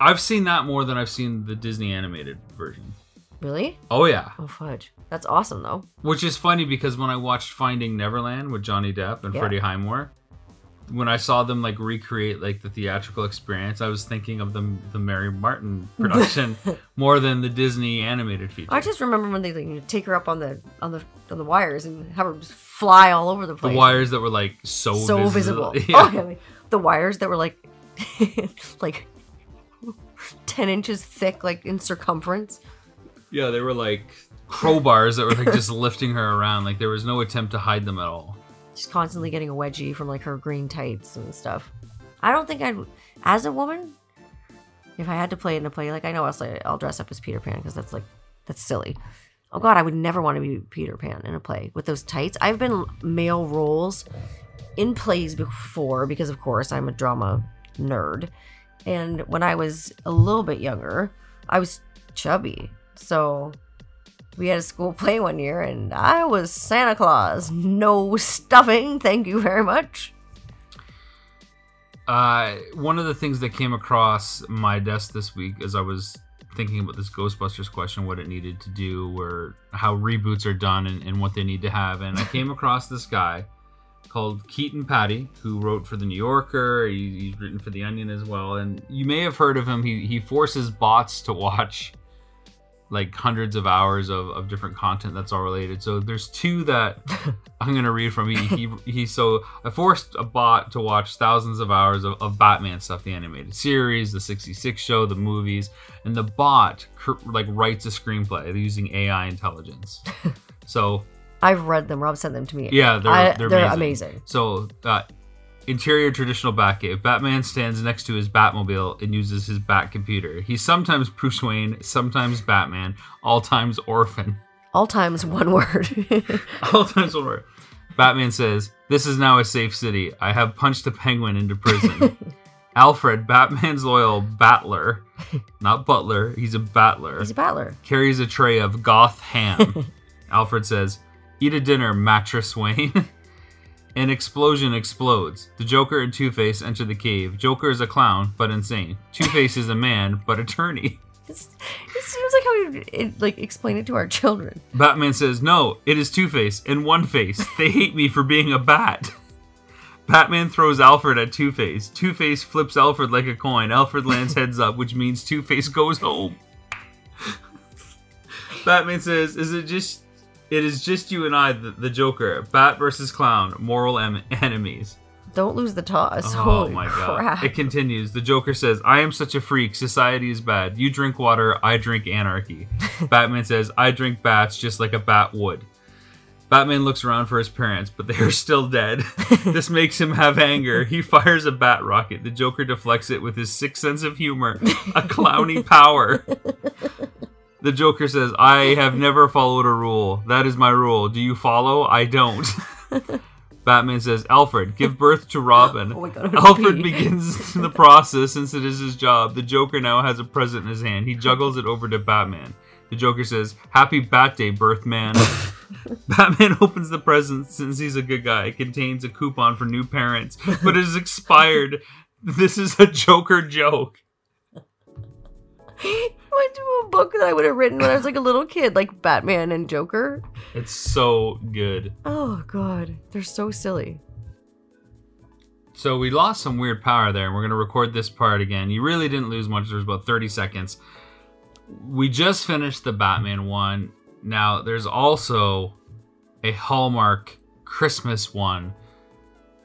Speaker 2: I've seen that more than I've seen the Disney animated version.
Speaker 1: Really?
Speaker 2: Oh yeah,
Speaker 1: Oh fudge. That's awesome though.
Speaker 2: which is funny because when I watched Finding Neverland with Johnny Depp and
Speaker 1: Yeah.
Speaker 2: Freddie Highmore, when I saw them like recreate like the theatrical experience, I was thinking of the the Mary Martin production more than the Disney animated feature.
Speaker 1: I just remember when they like, you take her up on the on the on the wires and have her just fly all over the
Speaker 2: the
Speaker 1: place.
Speaker 2: wires that were like so
Speaker 1: so visible.
Speaker 2: Yeah.
Speaker 1: Oh, yeah, like, the wires that were like like ten inches thick, like in circumference.
Speaker 2: Yeah, they were like crowbars that were like just lifting her around. Like there was no attempt to hide them at all.
Speaker 1: She's constantly getting a wedgie from like her green tights and stuff. I don't think I'd, as a woman, if I had to play it in a play, like I know I'll say I'll dress up as Peter Pan because that's like that's silly. Oh God, I would never want to be Peter Pan in a play with those tights. I've been male roles in plays before because, of course, I'm a drama nerd. And when I was a little bit younger, I was chubby. So we had a school play one year and I was Santa Claus. No stuffing, thank you very much.
Speaker 2: Uh, one of the things that came across my desk this week as I was thinking about this Ghostbusters question, what it needed to do, or how reboots are done and, and what they need to have. And I came across this guy called Keaton Patty, who wrote for The New Yorker. He, he's written for The Onion as well. And you may have heard of him. He, he forces bots to watch like hundreds of hours of, of different content that's all related. So there's two that I'm gonna read from. He, he he. So I forced a bot to watch thousands of hours of, of Batman stuff, the animated series, the '66 show, the movies, and the bot cr- like writes a screenplay using AI intelligence. so
Speaker 1: I've read them. Rob sent them to me.
Speaker 2: yeah, they're
Speaker 1: I-
Speaker 2: they're,
Speaker 1: they're amazing.
Speaker 2: So uh, interior traditional Batcave. Batman stands next to his Batmobile and uses his Bat computer. He's sometimes Bruce Wayne, sometimes Batman, all times orphan.
Speaker 1: All times one word.
Speaker 2: All times will work. Batman says, This is now a safe city. I have punched a penguin into prison. Alfred, Batman's loyal battler, not butler, he's a battler,
Speaker 1: He's a battler.
Speaker 2: carries a tray of goth ham. Alfred says, Eat a dinner, mattress Wayne. An explosion explodes. The Joker and Two Face enter the cave. Joker is a clown, but insane. Two Face is a man, but attorney.
Speaker 1: It's, it seems like how we it, like explain it to our children.
Speaker 2: Batman says, No, it is Two Face and One Face. They hate me for being a bat. Batman throws Alfred at Two Face. Two Face flips Alfred like a coin. Alfred lands heads up, which means Two Face goes home. Batman says, Is it just. It is just you and I, the, the Joker. Bat versus clown, moral em- enemies.
Speaker 1: Don't lose the toss.
Speaker 2: Oh
Speaker 1: Holy
Speaker 2: my
Speaker 1: crap.
Speaker 2: god. It continues. The Joker says, I am such a freak. Society is bad. You drink water. I drink anarchy. Batman says, I drink bats just like a bat would. Batman looks around for his parents, but they are still dead. this makes him have anger. He fires a bat rocket. The Joker deflects it with his sick sense of humor, a clowny power. The Joker says, I have never followed a rule. That is my rule. Do you follow? I don't. Batman says, Alfred, give birth to Robin.
Speaker 1: Oh my God, I'm gonna
Speaker 2: Alfred
Speaker 1: pee.
Speaker 2: begins the process since it is his job. The Joker now has a present in his hand. He juggles it over to Batman. The Joker says, Happy Bat Day, birth man. Batman opens the present since he's a good guy. It contains a coupon for new parents, but it is expired. This is a Joker joke.
Speaker 1: I went to a book that I would have written when I was like a little kid, like Batman and Joker.
Speaker 2: It's so good.
Speaker 1: Oh god, they're so silly.
Speaker 2: So we lost some weird power there, and we're gonna record this part again. You really didn't lose much. There was about 30 seconds. We just finished the Batman one. Now there's also a Hallmark Christmas one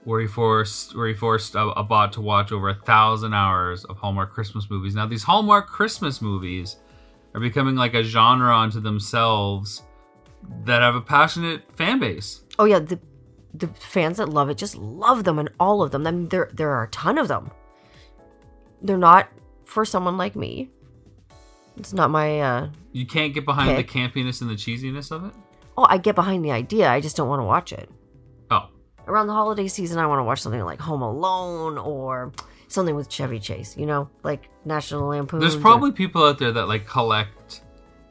Speaker 2: where he forced where he forced a, a bot to watch over a thousand hours of Hallmark Christmas movies. Now these Hallmark Christmas movies are becoming like a genre unto themselves that have a passionate fan base.
Speaker 1: Oh yeah, the the fans that love it just love them and all of them. I mean, there there are a ton of them. They're not for someone like me. It's not my uh
Speaker 2: You can't get behind
Speaker 1: Pick.
Speaker 2: the campiness and the cheesiness of it.
Speaker 1: oh, I get behind the idea. I just don't want to watch it.
Speaker 2: Oh,
Speaker 1: Around the holiday season, I want to watch something like Home Alone or something with Chevy Chase, you know, like National Lampoon.
Speaker 2: There's probably people out there that like collect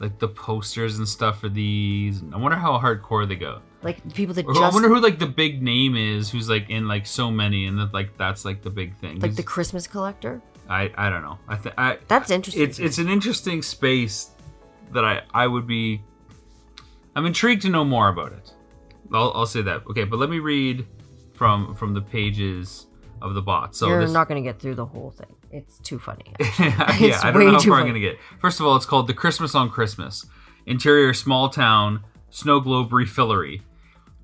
Speaker 2: like the posters and stuff for these. I wonder how hardcore they go.
Speaker 1: like people that
Speaker 2: Or Oh, I
Speaker 1: just
Speaker 2: wonder who like the big name is who's like in like so many and that like that's like the big thing.
Speaker 1: like the
Speaker 2: 'Cause
Speaker 1: Christmas collector.
Speaker 2: I I don't know. I th- I
Speaker 1: That's interesting.
Speaker 2: it's it's an interesting space that I I would be I'm intrigued to know more about it. I'll, I'll say that. Okay, but let me read from from the pages of the bot. So
Speaker 1: You're
Speaker 2: this,
Speaker 1: not going to get through the whole thing. It's too funny.
Speaker 2: yeah,
Speaker 1: It's
Speaker 2: I don't
Speaker 1: way
Speaker 2: know how
Speaker 1: too
Speaker 2: far I'm
Speaker 1: funny.
Speaker 2: gonna get. First of all, it's called the Christmas on Christmas. Interior small town snow globe refillery.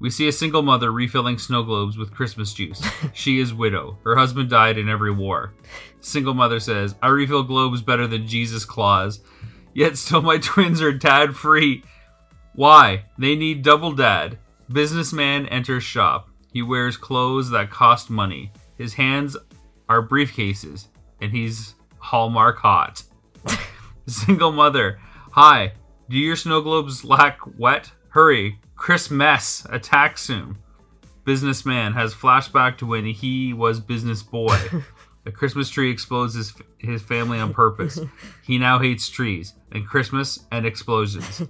Speaker 2: We see a single mother refilling snow globes with Christmas juice. She is widow. Her husband died in every war. Single mother says, "I refill globes better than Jesus Claus." Yet still, my twins are dad free. Why? They need double dad. Businessman enters shop. He wears clothes that cost money. His hands are briefcases, and he's Hallmark hot. Single mother. Hi. Do your snow globes lack wet? Hurry. Chris Mess. Attack soon. Businessman has flashback to when he was business boy. A Christmas tree explodes his, his family on purpose. He now hates trees and Christmas and explosions.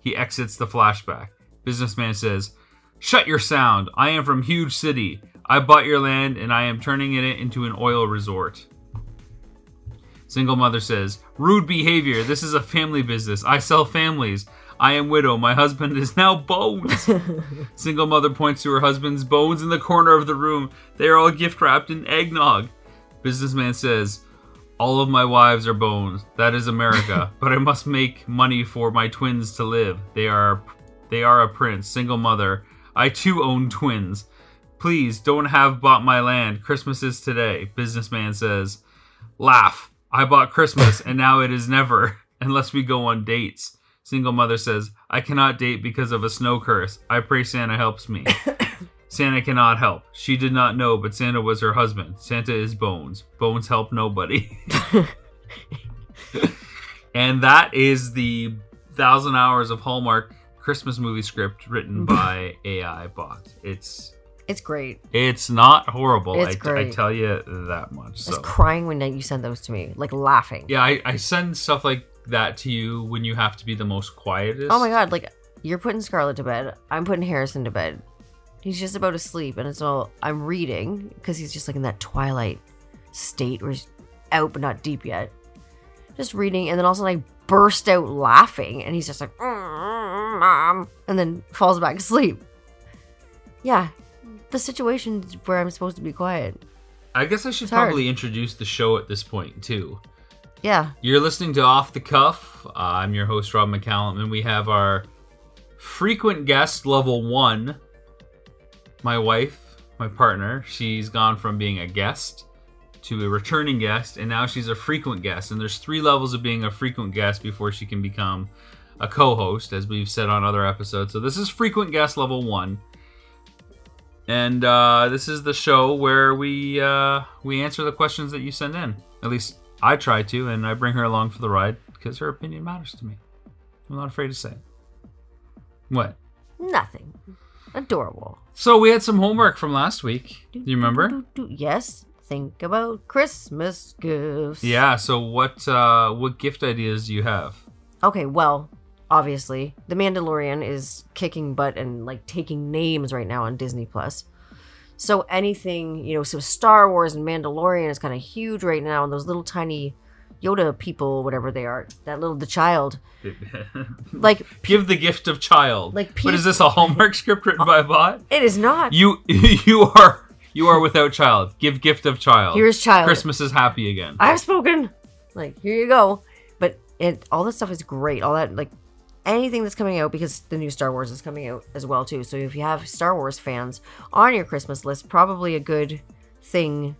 Speaker 2: He exits the flashback. Businessman says, Shut your sound. I am from huge city. I bought your land and I am turning it into an oil resort. Single mother says, Rude behavior. This is a family business. I sell families. I am widow. My husband is now bones. Single mother points to her husband's bones in the corner of the room. They are all gift wrapped in eggnog. Businessman says, all of my wives are bones. That is America. but I must make money for my twins to live. They are they are a prince, single mother. I too own twins. Please don't have bought my land. Christmas is today, businessman says. Laugh. I bought Christmas and now it is never unless we go on dates. Single mother says, I cannot date because of a snow curse. I pray Santa helps me. Santa cannot help. She did not know, but Santa was her husband. Santa is Bones. Bones help nobody. and that is the thousand hours of Hallmark Christmas movie script written by AI bot. It's
Speaker 1: it's great.
Speaker 2: it's not horrible.
Speaker 1: It's
Speaker 2: I, I
Speaker 1: great.
Speaker 2: tell you that much.
Speaker 1: I was
Speaker 2: So
Speaker 1: crying when you sent those to me, like laughing.
Speaker 2: yeah, I, I send stuff like that to you when you have to be the most quietest.
Speaker 1: Oh my god, like you're putting Scarlett to bed. I'm putting Harrison to bed. He's just about to sleep, and it's all I'm reading because he's just like in that twilight state where he's out but not deep yet. Just reading, and then all of a sudden I burst out laughing, and he's just like, "Mm, "Mom," and then falls back asleep. Yeah, the situation is where I'm supposed to be quiet.
Speaker 2: I guess I should
Speaker 1: It's hard.
Speaker 2: probably introduce the show at this point too.
Speaker 1: Yeah,
Speaker 2: You're listening to Off the Cuff. Uh, I'm your host, Rob McCallum, and we have our frequent guest, level one, my wife, my partner. She's gone from being a guest to a returning guest, and now she's a frequent guest. And there's three levels of being a frequent guest before she can become a co host, as we've said on other episodes. So this is frequent guest level one. And uh, this is the show where we uh, we answer the questions that you send in. At least I try to, and I bring her along for the ride because her opinion matters to me. I'm not afraid to say it. What?
Speaker 1: nothing. Adorable.
Speaker 2: So we had some homework from last week. Do you remember?
Speaker 1: Yes. Think about Christmas gifts.
Speaker 2: Yeah. So what? Uh, what gift ideas do you have?
Speaker 1: Okay, well, obviously, The Mandalorian is kicking butt and like taking names right now on Disney Plus. So anything, you know, so Star Wars and Mandalorian is kind of huge right now, and those little tiny Yoda people, whatever they are, that little the child, like
Speaker 2: Give the gift of child.
Speaker 1: Like
Speaker 2: what
Speaker 1: peop-
Speaker 2: is this? A Hallmark script written by a bot?
Speaker 1: it is not.
Speaker 2: You you are you are without child. Give gift of child.
Speaker 1: Here's child.
Speaker 2: Christmas is happy again.
Speaker 1: I've spoken. Like here you go. But it all that stuff is great. All that like anything that's coming out because the new Star Wars is coming out as well too. So if you have Star Wars fans on your Christmas list, probably a good thing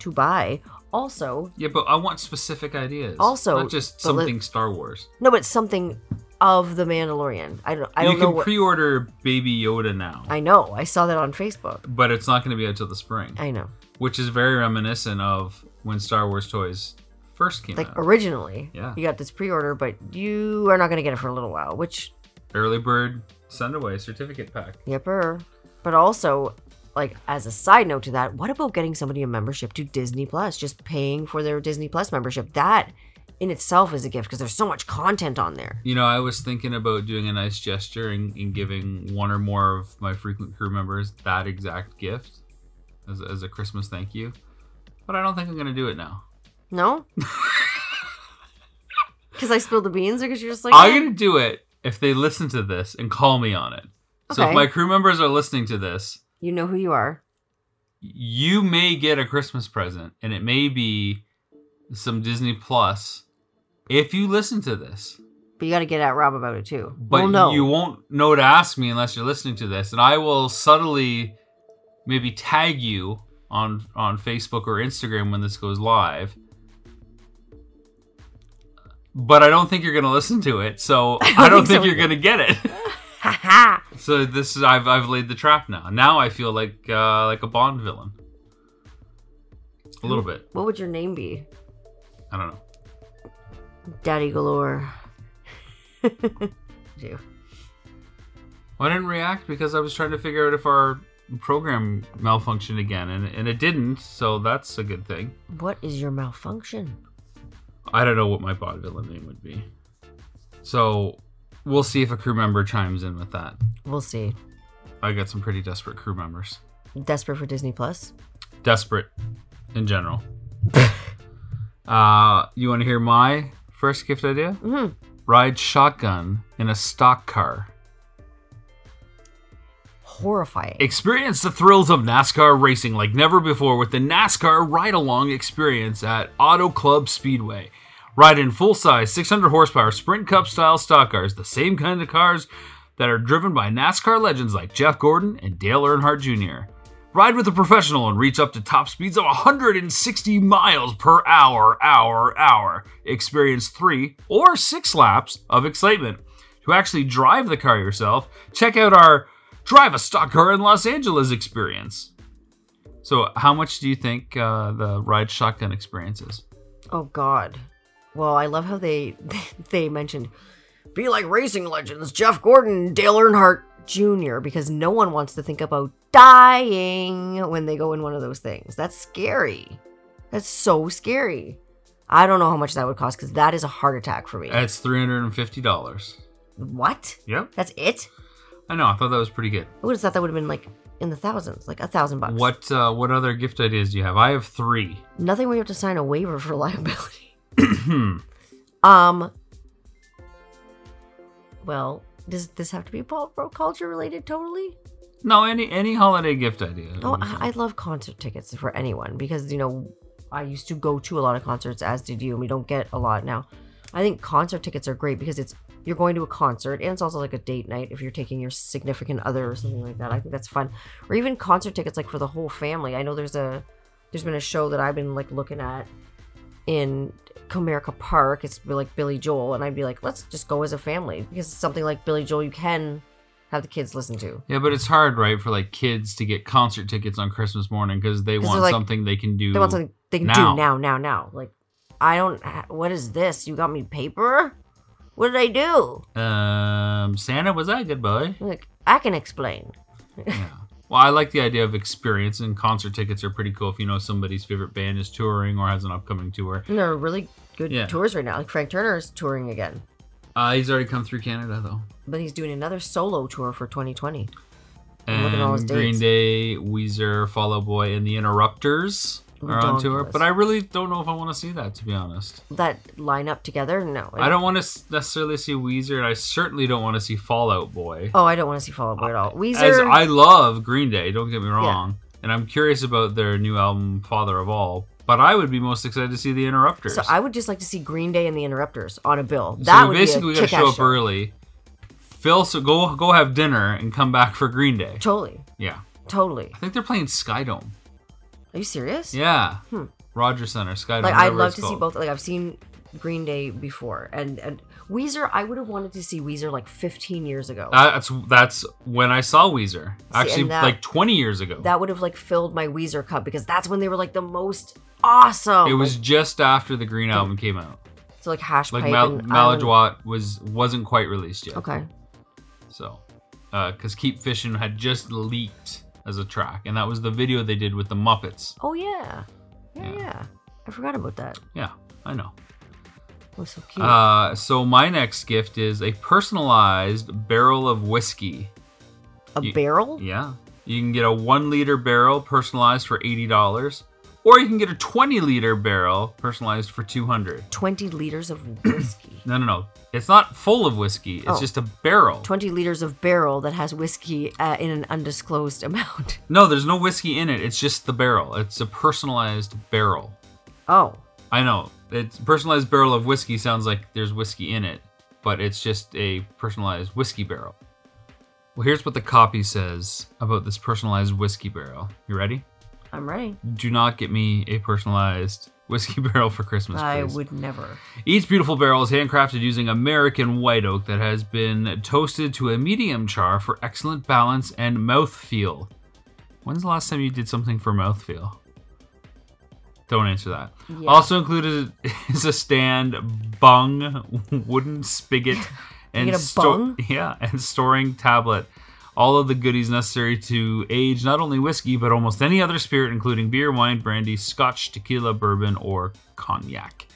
Speaker 1: to buy. Also,
Speaker 2: yeah, but I want specific ideas.
Speaker 1: Also,
Speaker 2: not just
Speaker 1: but let-
Speaker 2: something Star Wars.
Speaker 1: no, but something of the Mandalorian. I don't. I
Speaker 2: you
Speaker 1: don't know
Speaker 2: can
Speaker 1: what.
Speaker 2: pre-order Baby Yoda now,
Speaker 1: I know. I saw that on Facebook.
Speaker 2: but it's not going to be out till the spring.
Speaker 1: I know.
Speaker 2: which is very reminiscent of when Star Wars toys first came
Speaker 1: Like
Speaker 2: out.
Speaker 1: originally,
Speaker 2: Yeah.
Speaker 1: you got this pre-order, but you are not going to get it for a little while, which
Speaker 2: Early bird send away certificate pack.
Speaker 1: Yipper. But also, like as a side note to that, what about getting somebody a membership to Disney Plus? Just paying for their Disney Plus membership. That in itself is a gift because there's so much content on there.
Speaker 2: You know, I was thinking about doing a nice gesture and, and giving one or more of my frequent crew members that exact gift as, as a Christmas thank you, but I don't think I'm going to do it now.
Speaker 1: No? Because I spilled the beans, or because you're just like,
Speaker 2: I'm
Speaker 1: "Eh."
Speaker 2: going to do it if they listen to this and call me on it. So
Speaker 1: Okay.
Speaker 2: if my crew members are listening to this,
Speaker 1: you know who you are.
Speaker 2: you may get a Christmas present, and it may be some Disney Plus if you listen to this.
Speaker 1: But you got to get at Rob about it too.
Speaker 2: But
Speaker 1: well, no.
Speaker 2: you won't know to ask me unless you're listening to this, and I will subtly maybe tag you on on Facebook or Instagram when this goes live. But I don't think you're going to listen to it, so I
Speaker 1: don't
Speaker 2: don't,
Speaker 1: think
Speaker 2: think
Speaker 1: so
Speaker 2: you're going to get it.
Speaker 1: Ha ha.
Speaker 2: so this is I've I've laid the trap now. Now I feel like uh, like a Bond villain. A little bit.
Speaker 1: What would your name be?
Speaker 2: I don't know.
Speaker 1: Daddy Galore. Do.
Speaker 2: Well, I didn't react because I was trying to figure out if our program malfunctioned again, and, and it didn't, so that's a good thing.
Speaker 1: What is your malfunction?
Speaker 2: I don't know what my bot villain name would be. So we'll see if a crew member chimes in with that.
Speaker 1: We'll see.
Speaker 2: I got some pretty desperate crew members.
Speaker 1: Desperate for Disney Plus?
Speaker 2: Desperate in general. uh, you want to hear my first gift idea?
Speaker 1: hmm
Speaker 2: Ride shotgun in a stock car.
Speaker 1: Horrifying.
Speaker 2: Experience the thrills of NASCAR racing like never before with the NASCAR Ride Along Experience at Auto Club Speedway. Ride in full size 600 horsepower Sprint Cup style stock cars, the same kind of cars that are driven by NASCAR legends like Jeff Gordon and Dale Earnhardt Jr. Ride with a professional and reach up to top speeds of 160 miles per hour, hour, hour. Experience three or six laps of excitement. To actually drive the car yourself, check out our Drive a Stock Car in Los Angeles experience. So, how much do you think uh, the ride shotgun experience is?
Speaker 1: oh, God. Well, I love how they they mentioned be like racing legends Jeff Gordon, Dale Earnhardt Jr. because no one wants to think about dying when they go in one of those things. That's scary. That's so scary. I don't know how much that would cost because that is a heart attack for me.
Speaker 2: It's $350.
Speaker 1: what?
Speaker 2: Yep.
Speaker 1: That's it?
Speaker 2: I know. I thought that was pretty good.
Speaker 1: I would have thought that would have been like in the thousands, like a thousand bucks.
Speaker 2: What uh, What other gift ideas do you have? I have three.
Speaker 1: Nothing where you have to sign a waiver for liability. Um. Well, does this have to be pop culture related? Totally.
Speaker 2: no, any any holiday gift idea.
Speaker 1: Oh, I, I love concert tickets for anyone because you know I used to go to a lot of concerts, as did you, and we don't get a lot now. I think concert tickets are great because it's you're going to a concert and it's also like a date night if you're taking your significant other or something like that. I think that's fun. Or even concert tickets like for the whole family. I know there's a there's been a show that I've been like looking at in Comerica Park. It's like Billy Joel, and I'd be like, let's just go as a family because it's something like Billy Joel you can have the kids listen to.
Speaker 2: yeah, but it's hard, right, for like kids to get concert tickets on Christmas morning because they
Speaker 1: 'Cause
Speaker 2: want
Speaker 1: they're like-
Speaker 2: something they can do.
Speaker 1: They want something they can
Speaker 2: now.
Speaker 1: do now, now, now. Like, I don't. ha- What is this? You got me paper? What did I do?
Speaker 2: Um, Santa was that a good boy?
Speaker 1: I'm Like, I can explain.
Speaker 2: Yeah. Well, I like the idea of experience, and concert tickets are pretty cool if you know somebody's favorite band is touring or has an upcoming tour.
Speaker 1: And there are really good
Speaker 2: Yeah.
Speaker 1: tours right now. Like Frank Turner is touring again,
Speaker 2: Uh, he's already come through Canada, though.
Speaker 1: but he's doing another solo tour for 2020.
Speaker 2: And
Speaker 1: Look at all his
Speaker 2: Green
Speaker 1: dates.
Speaker 2: Day, Weezer, Fall Out Boy, and The Interrupters are on tour.
Speaker 1: Ridiculous.
Speaker 2: But I really don't know if I want to see that, to be honest.
Speaker 1: That lineup together? No,
Speaker 2: I don't want to necessarily see Weezer, and I certainly don't want to see Fall Out Boy.
Speaker 1: Oh, I don't want to see Fall Out Boy at all.
Speaker 2: As
Speaker 1: Weezer.
Speaker 2: I love Green Day, don't get me wrong. And I'm curious about their new album, Father of All. But I would be most excited to see The Interrupters.
Speaker 1: so I would just like to see Green Day and the Interrupters on a bill.
Speaker 2: So
Speaker 1: That
Speaker 2: we
Speaker 1: would
Speaker 2: basically
Speaker 1: be
Speaker 2: we
Speaker 1: a
Speaker 2: gotta
Speaker 1: kick-ass
Speaker 2: show up
Speaker 1: show.
Speaker 2: early. Phil, so go go have dinner and come back for Green Day.
Speaker 1: Totally,
Speaker 2: Yeah,
Speaker 1: totally.
Speaker 2: I think they're playing Skydome.
Speaker 1: Are you serious?
Speaker 2: Yeah,
Speaker 1: Hmm.
Speaker 2: Roger Center Skydome.
Speaker 1: like I'd
Speaker 2: whatever
Speaker 1: love
Speaker 2: it's
Speaker 1: to see
Speaker 2: called.
Speaker 1: both. Like I've seen Green Day before, and and Weezer. I would have wanted to see Weezer like 15 years ago.
Speaker 2: That's that's when I saw Weezer. Actually,
Speaker 1: and that-
Speaker 2: like 20 years ago.
Speaker 1: that would have like filled my Weezer cup because that's when they were like the most awesome.
Speaker 2: it was just after the Green album came out.
Speaker 1: Like, so like hash
Speaker 2: Like
Speaker 1: pipe
Speaker 2: Mal-
Speaker 1: and um, Island-
Speaker 2: Maladroit was wasn't quite released yet. uh,
Speaker 1: Okay,
Speaker 2: So, because Keep Fishing had just leaked as a track, and that was the video they did with the Muppets.
Speaker 1: Oh yeah. Yeah,
Speaker 2: Yeah.
Speaker 1: yeah. I forgot about that.
Speaker 2: I know.
Speaker 1: It was so cute.
Speaker 2: Uh, so my next gift is a personalized barrel of whiskey.
Speaker 1: a
Speaker 2: you-
Speaker 1: barrel?
Speaker 2: Yeah, you can get a one liter barrel personalized for eighty dollars, or you can get a twenty liter barrel personalized for two hundred.
Speaker 1: 20 liters of whiskey.
Speaker 2: No, no, no. It's not full of whiskey. It's
Speaker 1: Oh.
Speaker 2: just a barrel.
Speaker 1: 20 liters of barrel that has whiskey uh, in an undisclosed amount.
Speaker 2: No, there's no whiskey in it. It's just the barrel. It's a personalized barrel.
Speaker 1: Oh,
Speaker 2: I know. It's personalized barrel of whiskey sounds like there's whiskey in it, but it's just a personalized whiskey barrel. Well, here's what the copy says about this personalized whiskey barrel. You ready?
Speaker 1: I'm ready.
Speaker 2: Do not get me a personalized whiskey barrel for Christmas.
Speaker 1: I
Speaker 2: please.
Speaker 1: would never.
Speaker 2: Each beautiful barrel is handcrafted using American white oak that has been toasted to a medium char for excellent balance and mouthfeel. When's the last time you did something for mouthfeel? Don't answer that.
Speaker 1: Yeah.
Speaker 2: Also included is a stand, bung, wooden spigot, and
Speaker 1: get a
Speaker 2: sto-
Speaker 1: bung?
Speaker 2: yeah, and storing tablet. All of the goodies necessary to age not only whiskey but almost any other spirit, including beer, wine, brandy, scotch, tequila, bourbon, or cognac.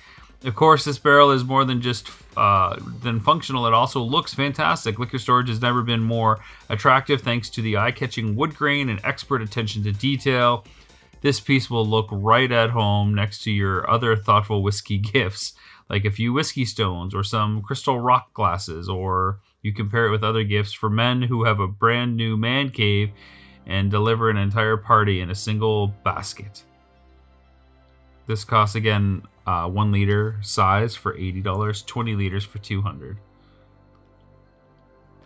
Speaker 2: Of course, this barrel is more than just uh, than functional. It also looks fantastic. Liquor storage has never been more attractive, thanks to the eye-catching wood grain and expert attention to detail. This piece will look right at home next to your other thoughtful whiskey gifts, like a few whiskey stones or some crystal rock glasses, or you compare it with other gifts for men who have a brand new man cave and deliver an entire party in a single basket. This costs again uh, one liter size for eighty dollars, twenty liters for two hundred.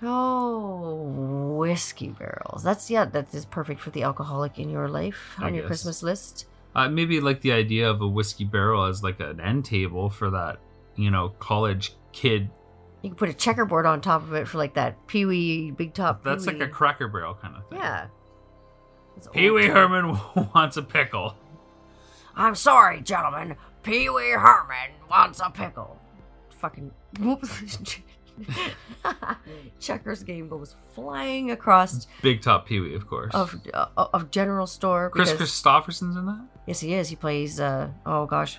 Speaker 1: Oh, whiskey barrels. That's yeah, that is perfect for the alcoholic in your life
Speaker 2: I
Speaker 1: on your
Speaker 2: guess.
Speaker 1: Christmas list.
Speaker 2: Uh, maybe like the idea of a whiskey barrel as like an end table for that, you know, college kid.
Speaker 1: You can put a checkerboard on top of it for like that peewee big top.
Speaker 2: That's like
Speaker 1: Oh, peewee.
Speaker 2: a cracker barrel kind of thing.
Speaker 1: yeah. It's old
Speaker 2: Pee Wee
Speaker 1: time.
Speaker 2: Herman wants a pickle.
Speaker 1: I'm sorry, gentlemen. Pee Wee Herman wants a pickle. Fucking whoops. Checkers game goes flying across
Speaker 2: Big Top Pee Wee, of course.
Speaker 1: of uh, of general store.
Speaker 2: Chris
Speaker 1: because-
Speaker 2: Christopherson's in that?
Speaker 1: Yes, he is. He plays. uh Oh gosh.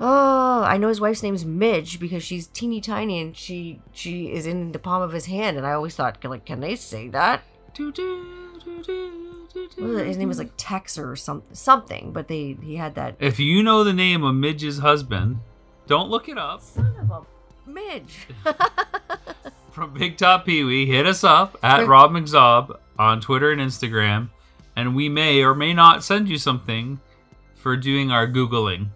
Speaker 1: Oh, I know his wife's name's Midge because she's teeny tiny and she she is in the palm of his hand. And I always thought, like, can they say that?
Speaker 2: Do, do, do, do, do,
Speaker 1: What was
Speaker 2: do,
Speaker 1: it? His name was
Speaker 2: do.
Speaker 1: like Tex or something, something. But they he had that
Speaker 2: If you know the name of Midge's husband, don't look it up.
Speaker 1: son of a Midge.
Speaker 2: From Big Top Pee Wee, hit us up at
Speaker 1: We're-
Speaker 2: Rob McZob on Twitter and Instagram, and we may or may not send you something for doing our Googling.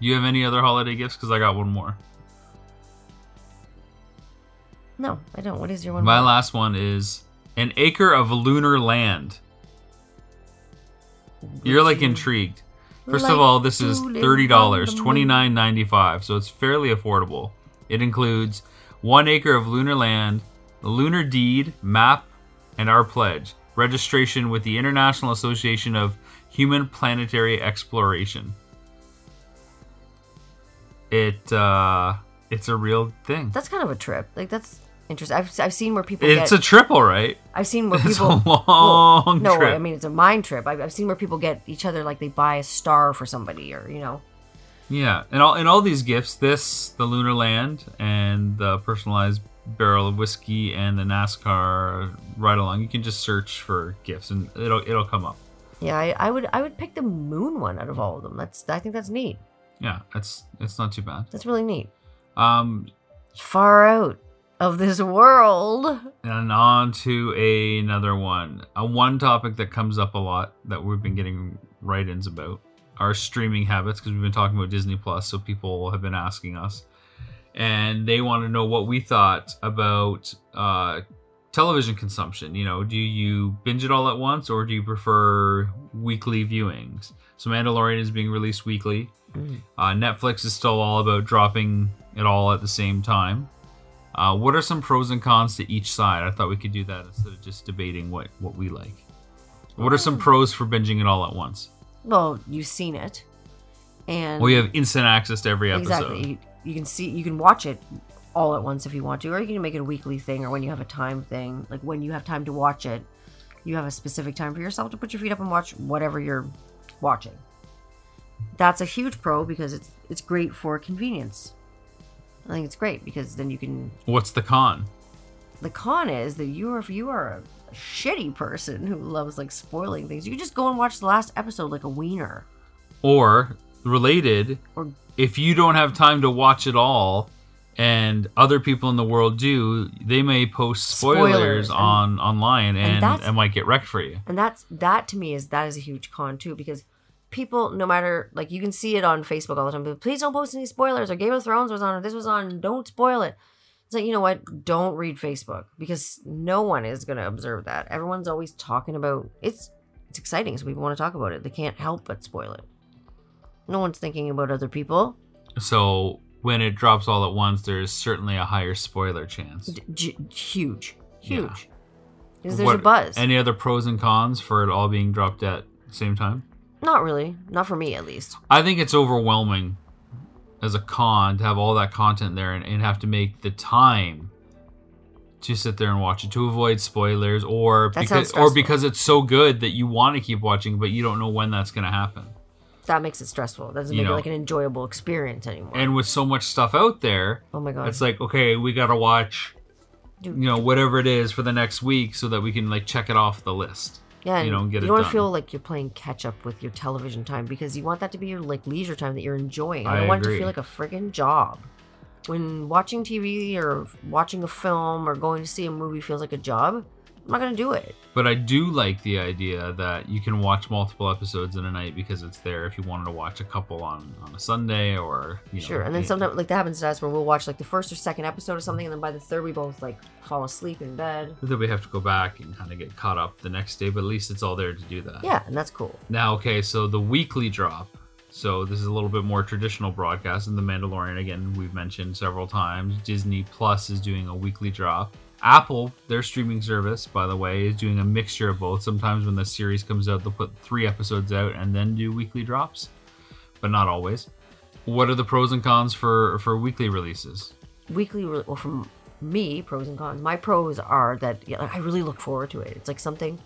Speaker 2: you have any other holiday gifts? Because I got one more.
Speaker 1: no, I don't. What is your one?
Speaker 2: My last one is an acre of lunar land. You're like intrigued. First of
Speaker 1: Like
Speaker 2: all, this is
Speaker 1: to live
Speaker 2: thirty dollars,
Speaker 1: on the moon.
Speaker 2: twenty nine ninety five, so it's fairly affordable. It includes one acre of lunar land, lunar deed, map, and our pledge. Registration with the International Association of Human Planetary Exploration. It uh, it's a real thing.
Speaker 1: That's kind of a trip. Like that's interesting. I've, I've seen where people
Speaker 2: it's
Speaker 1: get.
Speaker 2: a triple, right?
Speaker 1: I've seen where
Speaker 2: It's a
Speaker 1: people.
Speaker 2: long
Speaker 1: Well, no,
Speaker 2: trip.
Speaker 1: I mean it's a mind trip. I've, I've seen where people get each other like they buy a star for somebody or you know.
Speaker 2: Yeah, and all and all these gifts, this, the Lunar Land, and the personalized barrel of whiskey and the NASCAR ride along. You can just search for gifts and it'll it'll come up.
Speaker 1: Yeah, I, I would I would pick the moon one out of all of them. That's I think that's neat.
Speaker 2: Yeah, it's it's not too bad.
Speaker 1: That's really neat.
Speaker 2: Um
Speaker 1: Far out of this world.
Speaker 2: and on to another one. A one topic that comes up a lot that we've been getting write-ins about are streaming habits because we've been talking about Disney Plus, so people have been asking us, and they want to know what we thought about uh, television consumption. You know, do you binge it all at once, or do you prefer weekly viewings? So Mandalorian is being released weekly.
Speaker 1: Mm.
Speaker 2: Uh, Netflix is still all about dropping it all at the same time. Uh, what are some pros and cons to each side? I thought we could do that instead of just debating what, what we like. What are
Speaker 1: Mm.
Speaker 2: some pros for binging it all at once?
Speaker 1: Well, you've seen it, and
Speaker 2: Well, you have instant access to every episode.
Speaker 1: exactly you, you can see you can watch it all at once if you want to, or you can make it a weekly thing or when you have a time thing. Like when you have time to watch it, you have a specific time for yourself to put your feet up and watch whatever you're watching. That's a huge pro because it's it's great for convenience. I think it's great because then you can
Speaker 2: What's the con?
Speaker 1: the con is that you are if you are a shitty person who loves like spoiling things, you can just go and watch the last episode like a wiener.
Speaker 2: Or related,
Speaker 1: Or-
Speaker 2: if you don't have time to watch it all and other people in the world do, they may post spoilers,
Speaker 1: Spoilers, and-
Speaker 2: on online and,
Speaker 1: that's-
Speaker 2: and, might get wrecked for you.
Speaker 1: And that's that to me is that is a huge con too because people no matter like you can see it on Facebook all the time, but please don't post any spoilers or Game of Thrones was on or this was on, don't spoil it. It's like, you know what? Don't read Facebook because no one is going to observe that. Everyone's always talking about it's it's exciting, so people want to talk about it. They can't help but spoil it. No one's thinking about other people.
Speaker 2: So when it drops all at once, there's certainly a higher spoiler chance.
Speaker 1: D- j- huge,
Speaker 2: Yeah.
Speaker 1: huge. Because there's a
Speaker 2: What-
Speaker 1: buzz.
Speaker 2: Any other pros and cons for it all being dropped at the same time?
Speaker 1: Not really. Not for me, at least.
Speaker 2: I think it's overwhelming as a con to have all that content there and, and have to make the time to sit there and watch it to avoid spoilers or
Speaker 1: That sounds
Speaker 2: because or
Speaker 1: stressful.
Speaker 2: because it's so good that you want to keep watching but you don't know when that's going to happen.
Speaker 1: That makes it stressful. That doesn't
Speaker 2: You
Speaker 1: make
Speaker 2: know.
Speaker 1: it like an enjoyable experience anymore.
Speaker 2: And with so much stuff out there,
Speaker 1: oh my god.
Speaker 2: it's like okay, we got to watch
Speaker 1: Dude.
Speaker 2: you know whatever it is for the next week so that we can like check it off the list.
Speaker 1: yeah, and you
Speaker 2: you don't
Speaker 1: don't
Speaker 2: get it
Speaker 1: want
Speaker 2: done.
Speaker 1: to feel like you're playing catch up with your television time because you want that to be your like leisure time that you're enjoying. I
Speaker 2: I
Speaker 1: don't want it
Speaker 2: agree.
Speaker 1: to feel like a friggin' job. When watching TV or watching a film or going to see a movie feels like a job, I'm not gonna do it.
Speaker 2: But I do like the idea that you can watch multiple episodes in a night because it's there if you wanted to watch a couple on, on a Sunday or you know,
Speaker 1: Sure. And then
Speaker 2: it-
Speaker 1: sometimes like that happens to us where we'll watch like the first or second episode or something, and then by the third we both like fall asleep in bed.
Speaker 2: then we have to go back and kind of get caught up the next day, but at least it's all there to do that.
Speaker 1: Yeah, and that's cool.
Speaker 2: Now, okay, so the weekly drop. So this is a little bit more traditional broadcast, and The Mandalorian again we've mentioned several times. Disney Plus is doing a weekly drop. Apple, their streaming service, by the way, is doing a mixture of both. Sometimes when the series comes out, they'll put three episodes out and then do weekly drops, but not always. What are the pros and cons for for weekly releases?
Speaker 1: weekly re- well from me pros and cons my pros are that yeah, i really look forward to it it's like something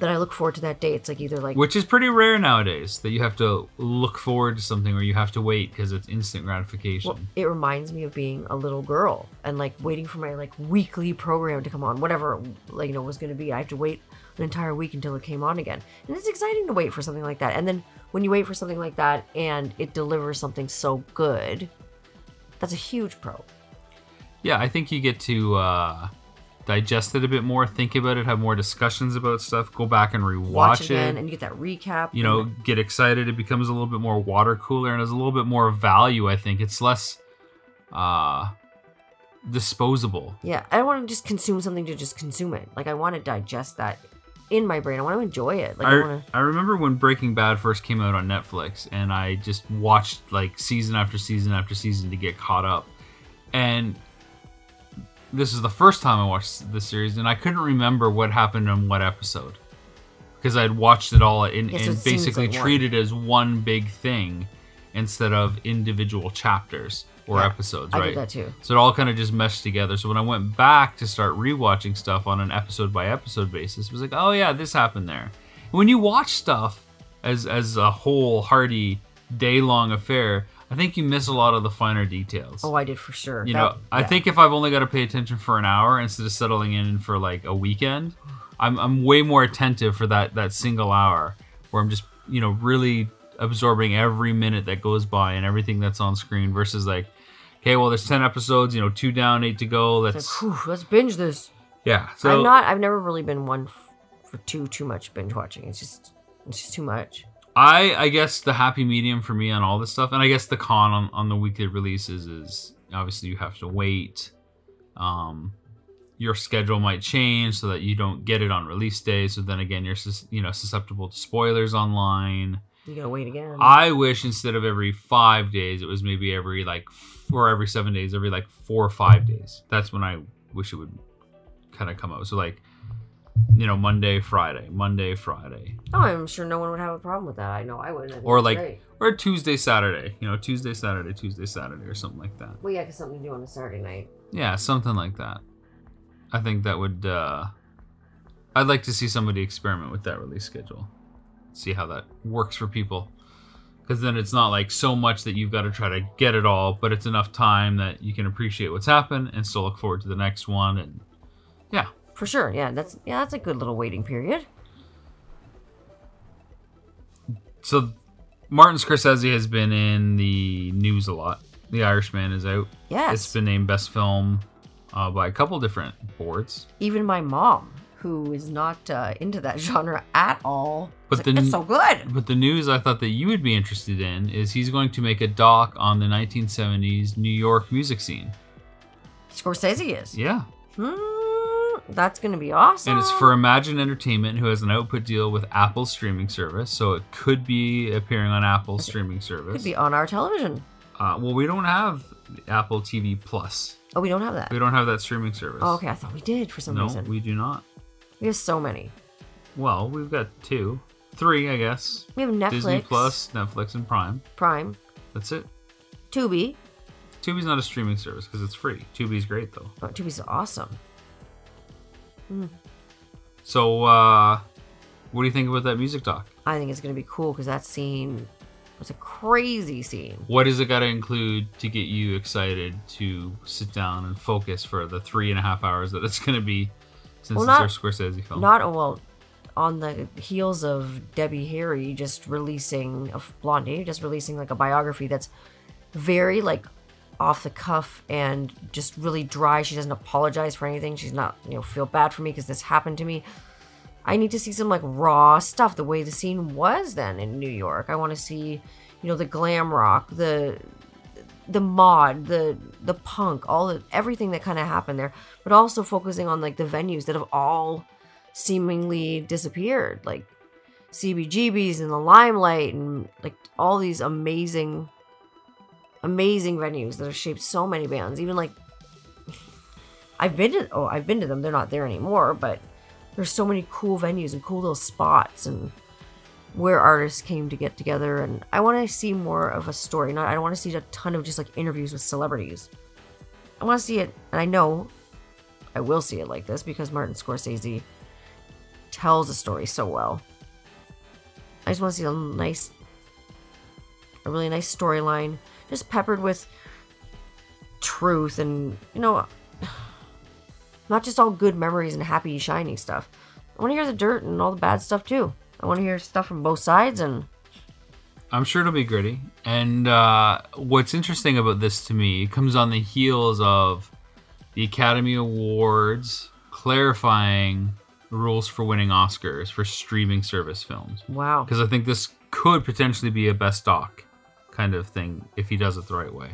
Speaker 1: that i look forward to that day it's like either like
Speaker 2: Which is pretty rare nowadays that you have to look forward to something or you have to wait because it's instant gratification.
Speaker 1: well, it reminds me of being a little girl and like waiting for my like weekly program to come on whatever like you know was going to be i have to wait an entire week until it came on again and it's exciting to wait for something like that and then when you wait for something like that and it delivers something so good that's a huge pro
Speaker 2: Yeah, I think you get to uh, digest it a bit more, think about it, have more discussions about stuff, go back and rewatch
Speaker 1: watch,
Speaker 2: it.
Speaker 1: again and you get that recap
Speaker 2: you know, get excited. It becomes a little bit more water cooler and has a little bit more value. I think it's less uh, disposable.
Speaker 1: Yeah, I don't want to just consume something to just consume it. Like I want to digest that in my brain. I want to enjoy it. Like I,
Speaker 2: I,
Speaker 1: want to.
Speaker 2: I remember when Breaking Bad first came out on Netflix, and I just watched like season after season after season to get caught up. And this is the first time I watched the series, and I couldn't remember what happened in what episode because I'd watched it all and,
Speaker 1: Yeah, so it
Speaker 2: and
Speaker 1: seems
Speaker 2: basically
Speaker 1: like one.
Speaker 2: treated it as one big thing instead of individual chapters or
Speaker 1: Yeah,
Speaker 2: episodes,
Speaker 1: I
Speaker 2: right?
Speaker 1: did that too.
Speaker 2: So it all kind of just meshed together. So when I went back to start rewatching stuff on an episode by episode basis, it was like, oh yeah, this happened there. When you watch stuff as as a whole hearty day long affair, I think you miss a lot of the finer details.
Speaker 1: Oh, I did for sure.
Speaker 2: you know,
Speaker 1: That-
Speaker 2: I
Speaker 1: yeah.
Speaker 2: think if I've only got to pay attention for an hour instead of settling in for like a weekend, I'm I'm way more attentive for that that single hour where I'm just you know really absorbing every minute that goes by and everything that's on screen versus like. Okay, well, there's ten episodes. You know, two down, eight to go.
Speaker 1: It's
Speaker 2: That's
Speaker 1: like, whew, let's binge this.
Speaker 2: yeah. So
Speaker 1: I'm not. I've never really been one f- for too too much binge watching. It's just it's just too much.
Speaker 2: I I guess the happy medium for me on all this stuff, and I guess the con on, on the weekly releases is obviously you have to wait. Um, your schedule might change so that you don't get it on release day. So then again, you're sus- you know susceptible to spoilers online.
Speaker 1: You gotta wait again.
Speaker 2: I wish instead of every five days, it was maybe every like f- or every seven days, every like four or five days. That's when I wish it would kind of come out. So like you know, Monday, Friday, Monday, Friday,
Speaker 1: Oh, I'm sure no one would have a problem with that. I know I wouldn't. I think
Speaker 2: Or,
Speaker 1: it's
Speaker 2: like-
Speaker 1: great.
Speaker 2: or Tuesday, Saturday, you know, Tuesday, Saturday, Tuesday, Saturday, or something like that.
Speaker 1: well, yeah, 'cause something to do on a Saturday night.
Speaker 2: Yeah, something like that. I think that would. Uh, I'd like to see somebody experiment with that release schedule, see how that works for people. Because then it's not like so much that you've got to try to get it all, but it's enough time that you can appreciate what's happened and still look forward to the next one. And
Speaker 1: For sure. Yeah, that's yeah, that's a good little waiting period.
Speaker 2: so, Martin Scorsese has been in the news a lot. The Irishman is out.
Speaker 1: Yes.
Speaker 2: It's been named best film uh, by a couple different boards.
Speaker 1: Even my mom, who is not uh, into that genre at all,
Speaker 2: But
Speaker 1: was
Speaker 2: then-
Speaker 1: like, it's so good.
Speaker 2: But the news I thought that you would be interested in is he's going to make a doc on the 1970s New York music scene.
Speaker 1: Scorsese is.
Speaker 2: Yeah.
Speaker 1: Hmm, that's gonna be awesome.
Speaker 2: And it's for Imagine Entertainment, who has an output deal with Apple's streaming service. So it could be appearing on Apple's streaming service.
Speaker 1: could be on our television.
Speaker 2: Uh, well, we don't have Apple TV Plus.
Speaker 1: Oh, we don't have that.
Speaker 2: We don't have that streaming service.
Speaker 1: Oh, okay. I thought we did for some
Speaker 2: No,
Speaker 1: reason.
Speaker 2: we do not.
Speaker 1: We have so many.
Speaker 2: Well, we've got two, three, I guess.
Speaker 1: We have Netflix,
Speaker 2: Disney Plus, Netflix, and Prime.
Speaker 1: Prime,
Speaker 2: That's it.
Speaker 1: Tubi.
Speaker 2: Tubi's not a streaming service because it's free. Tubi's great though.
Speaker 1: Oh, Tubi's awesome.
Speaker 2: So, uh, what do you think about that music doc?
Speaker 1: I think it's gonna be cool because that scene was a crazy scene.
Speaker 2: What is it got to include to get you excited to sit down and focus for the three and a half hours that it's going to be since
Speaker 1: Well, not-
Speaker 2: it's our Scorsese film?
Speaker 1: Not oh, well on the heels of Debbie Harry just releasing of Blondie, just releasing like a biography that's very like off the cuff and just really dry. She doesn't apologize for anything. She's not, you know, feel bad for me because this happened to me. I need to see some like raw stuff, the way the scene was then in New York. I want to see, you know, the glam rock, the the mod, the the punk, all the everything that kind of happened there, but also focusing on like the venues that have all seemingly disappeared, like CBGB's and the Limelight, and like all these amazing, amazing venues that have shaped so many bands. Even like I've been to, oh, I've been to them. They're not there anymore, but there's so many cool venues and cool little spots and where artists came to get together and I want to see more of a story. Not I don't want to see a ton of just like interviews with celebrities. I want to see it and I know I will see it like this because Martin Scorsese tells a story so well. I just want to see a nice a really nice storyline just peppered with truth and you know not just all good memories and happy shiny stuff. I want to hear the dirt and all the bad stuff too. I want to hear stuff from both sides and
Speaker 2: I'm sure it'll be gritty. And uh, what's interesting about this to me it comes on the heels of the Academy Awards clarifying rules for winning Oscars for streaming service films.
Speaker 1: wow.
Speaker 2: because I think this could potentially be a best doc kind of thing if he does it the right way.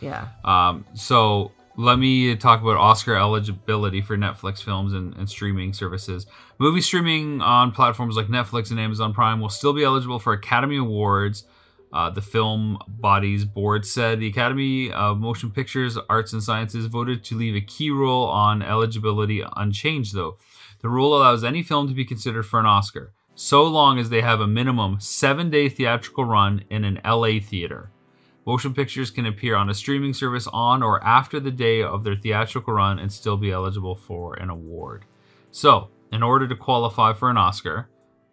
Speaker 1: Yeah.
Speaker 2: Um, so let me talk about Oscar eligibility for Netflix films and, and streaming services. Movie streaming on platforms like Netflix and Amazon Prime will still be eligible for Academy Awards. Uh, the film bodies board said the Academy of Motion Pictures, Arts and Sciences voted to leave a key rule on eligibility unchanged, though. The rule allows any film to be considered for an Oscar, so long as they have a minimum seven day theatrical run in an LA theater. Motion pictures can appear on a streaming service on or after the day of their theatrical run and still be eligible for an award. So, in order to qualify for an Oscar,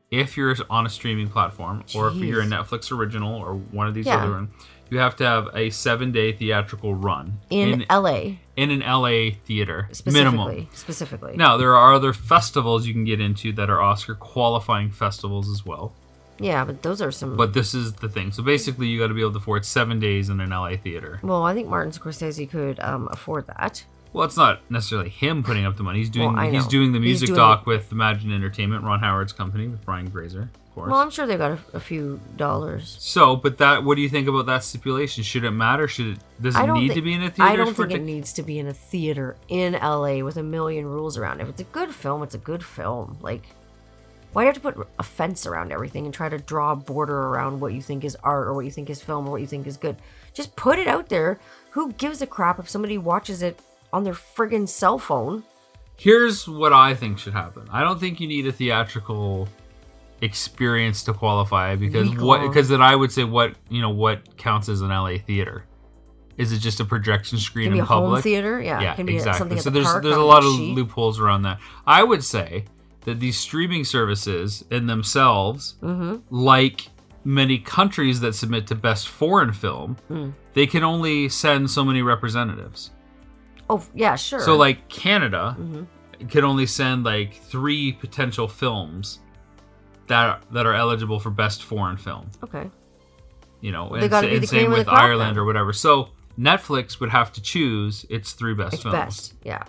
Speaker 2: if you're on a streaming platform or if
Speaker 1: Jeez.
Speaker 2: you're a Netflix original or one of these
Speaker 1: Yeah.
Speaker 2: other ones, you have to have a seven day theatrical run
Speaker 1: In, LA
Speaker 2: in an LA theater
Speaker 1: specifically.
Speaker 2: minimum.
Speaker 1: Specifically.
Speaker 2: Now, there are other festivals you can get into that are Oscar qualifying festivals as well.
Speaker 1: Yeah, but those are some
Speaker 2: But this is the thing. So basically, you got to be able to afford seven days in an LA theater.
Speaker 1: Well, I think Martin Scorsese could um, afford that.
Speaker 2: Well, it's not necessarily him putting up the money. He's doing
Speaker 1: Well, I
Speaker 2: he's
Speaker 1: know.
Speaker 2: doing the
Speaker 1: He's
Speaker 2: music
Speaker 1: doing
Speaker 2: doc with Imagine Entertainment, Ron Howard's company with Brian Grazer, of course.
Speaker 1: Well, I'm sure they've got a, a few dollars.
Speaker 2: so, but that what do you think about that stipulation? Should it matter? Should it does
Speaker 1: I
Speaker 2: it
Speaker 1: don't
Speaker 2: need
Speaker 1: thi-
Speaker 2: to be in a theater
Speaker 1: I don't
Speaker 2: for
Speaker 1: think
Speaker 2: it
Speaker 1: it
Speaker 2: to-
Speaker 1: needs to be in a theater in LA with a million rules around. it. If it's a good film, it's a good film. Like, why do you have to put a fence around everything and try to draw a border around what you think is art or what you think is film or what you think is good? Just put it out there. Who gives a crap if somebody watches it on their friggin' cell phone?
Speaker 2: Here's what I think should happen. I don't think you need a theatrical experience to qualify because
Speaker 1: Week
Speaker 2: what
Speaker 1: long.
Speaker 2: because then I would say what you know what counts as an LA theater. Is it just a projection screen
Speaker 1: Can be
Speaker 2: in
Speaker 1: a
Speaker 2: public?
Speaker 1: home theater. Yeah.
Speaker 2: yeah,
Speaker 1: Can be
Speaker 2: exactly.
Speaker 1: something at
Speaker 2: so
Speaker 1: the
Speaker 2: there's
Speaker 1: park
Speaker 2: there's a
Speaker 1: on
Speaker 2: lot
Speaker 1: the
Speaker 2: of
Speaker 1: sheet.
Speaker 2: loopholes around that. I would say that these streaming services in themselves,
Speaker 1: Mhm.
Speaker 2: like many countries that submit to best foreign film,
Speaker 1: Mm.
Speaker 2: they can only send so many representatives.
Speaker 1: Oh yeah, sure.
Speaker 2: So like Canada
Speaker 1: Mhm.
Speaker 2: can only send like 3 potential films that that are eligible for best foreign film,
Speaker 1: okay.
Speaker 2: you know,
Speaker 1: They
Speaker 2: and,
Speaker 1: gotta
Speaker 2: sa-
Speaker 1: be
Speaker 2: and
Speaker 1: the cream
Speaker 2: same
Speaker 1: of the
Speaker 2: with
Speaker 1: crop
Speaker 2: Ireland
Speaker 1: then.
Speaker 2: or whatever. So Netflix would have to choose its three best
Speaker 1: It's
Speaker 2: films.
Speaker 1: best. Yeah.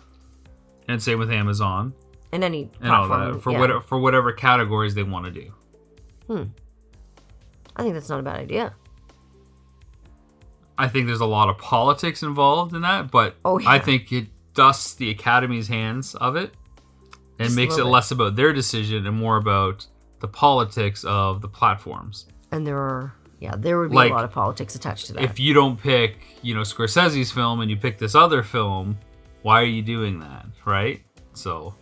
Speaker 2: And same with Amazon.
Speaker 1: In any
Speaker 2: and all
Speaker 1: platform.
Speaker 2: that for
Speaker 1: yeah.
Speaker 2: what for whatever categories they want to do.
Speaker 1: I think that's not a bad idea.
Speaker 2: I think there's a lot of politics involved in that, but
Speaker 1: Oh, yeah.
Speaker 2: I think it dusts the academy's hands of it and
Speaker 1: Just a
Speaker 2: makes it
Speaker 1: little bit.
Speaker 2: less about their decision and more about the politics of the platforms.
Speaker 1: And there are yeah, there would be
Speaker 2: Like,
Speaker 1: a lot of politics attached to that.
Speaker 2: If you don't pick, you know, Scorsese's film and you pick this other film, why are you doing that, right? So,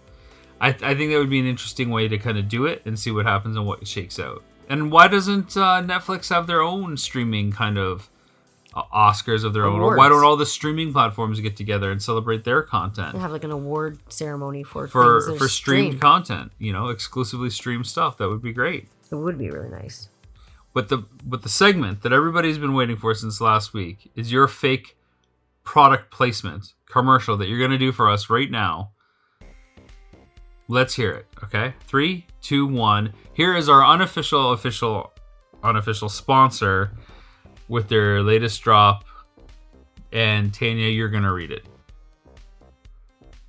Speaker 2: I, I think that would be an interesting way to kind of do it and see what happens and what shakes out. And why doesn't uh, Netflix have their own streaming kind of uh, Oscars of their own? Or why
Speaker 1: Awards.
Speaker 2: don't all the streaming platforms get together and celebrate their content
Speaker 1: and have like an award ceremony for
Speaker 2: for
Speaker 1: things that are
Speaker 2: for streamed
Speaker 1: streamed.
Speaker 2: content? You know, exclusively streamed stuff. That would be great.
Speaker 1: it would be really nice.
Speaker 2: But the but the segment that everybody's been waiting for since last week is your fake product placement commercial that you're gonna do for us right now. Let's hear it, okay? Three, two, one. Here is our unofficial, official, unofficial sponsor with their latest drop. And Tanya, you're gonna read it.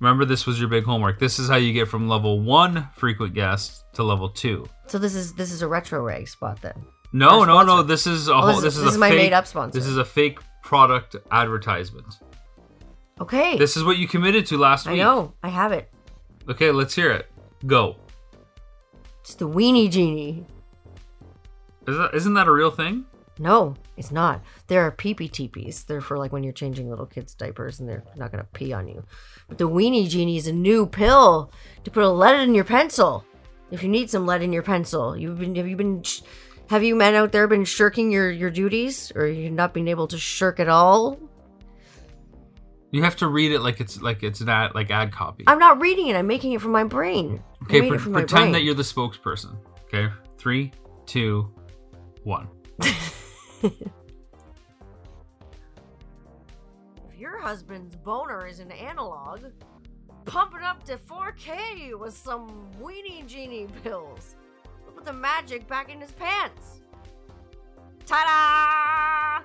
Speaker 2: Remember, this was your big homework. This is how you get from level one frequent guest to level two.
Speaker 1: So this is this is a retro rag spot then.
Speaker 2: No,
Speaker 1: Our
Speaker 2: no, no.
Speaker 1: sponsor.
Speaker 2: This is a
Speaker 1: Oh,
Speaker 2: whole,
Speaker 1: this,
Speaker 2: this,
Speaker 1: is,
Speaker 2: is
Speaker 1: this
Speaker 2: a
Speaker 1: is my
Speaker 2: fake,
Speaker 1: made up sponsor.
Speaker 2: This is a fake product advertisement.
Speaker 1: okay.
Speaker 2: This is what you committed to last
Speaker 1: I
Speaker 2: week.
Speaker 1: know. I have it.
Speaker 2: Okay, let's hear it. Go.
Speaker 1: It's the Weenie Genie.
Speaker 2: Is that, isn't that a real thing?
Speaker 1: No, it's not. There are pee pee teepees. They're for like when you're changing little kids' diapers and they're not going to pee on you. But the Weenie Genie is a new pill to put a lead in your pencil. If you need some lead in your pencil, you've been have you been sh- have you men out there been shirking your your duties or you not been able to shirk at all?
Speaker 2: You have to read it like it's like it's an ad like ad copy.
Speaker 1: I'm not reading it. I'm making it from my brain. I'm
Speaker 2: okay,
Speaker 1: reading
Speaker 2: pre-
Speaker 1: it from my
Speaker 2: pretend that
Speaker 1: brain.
Speaker 2: you're the spokesperson. Okay, three, two, one.
Speaker 1: If your husband's boner is an analog, pump it up to 4K with some weenie genie pills. We'll put the magic back in his pants. Ta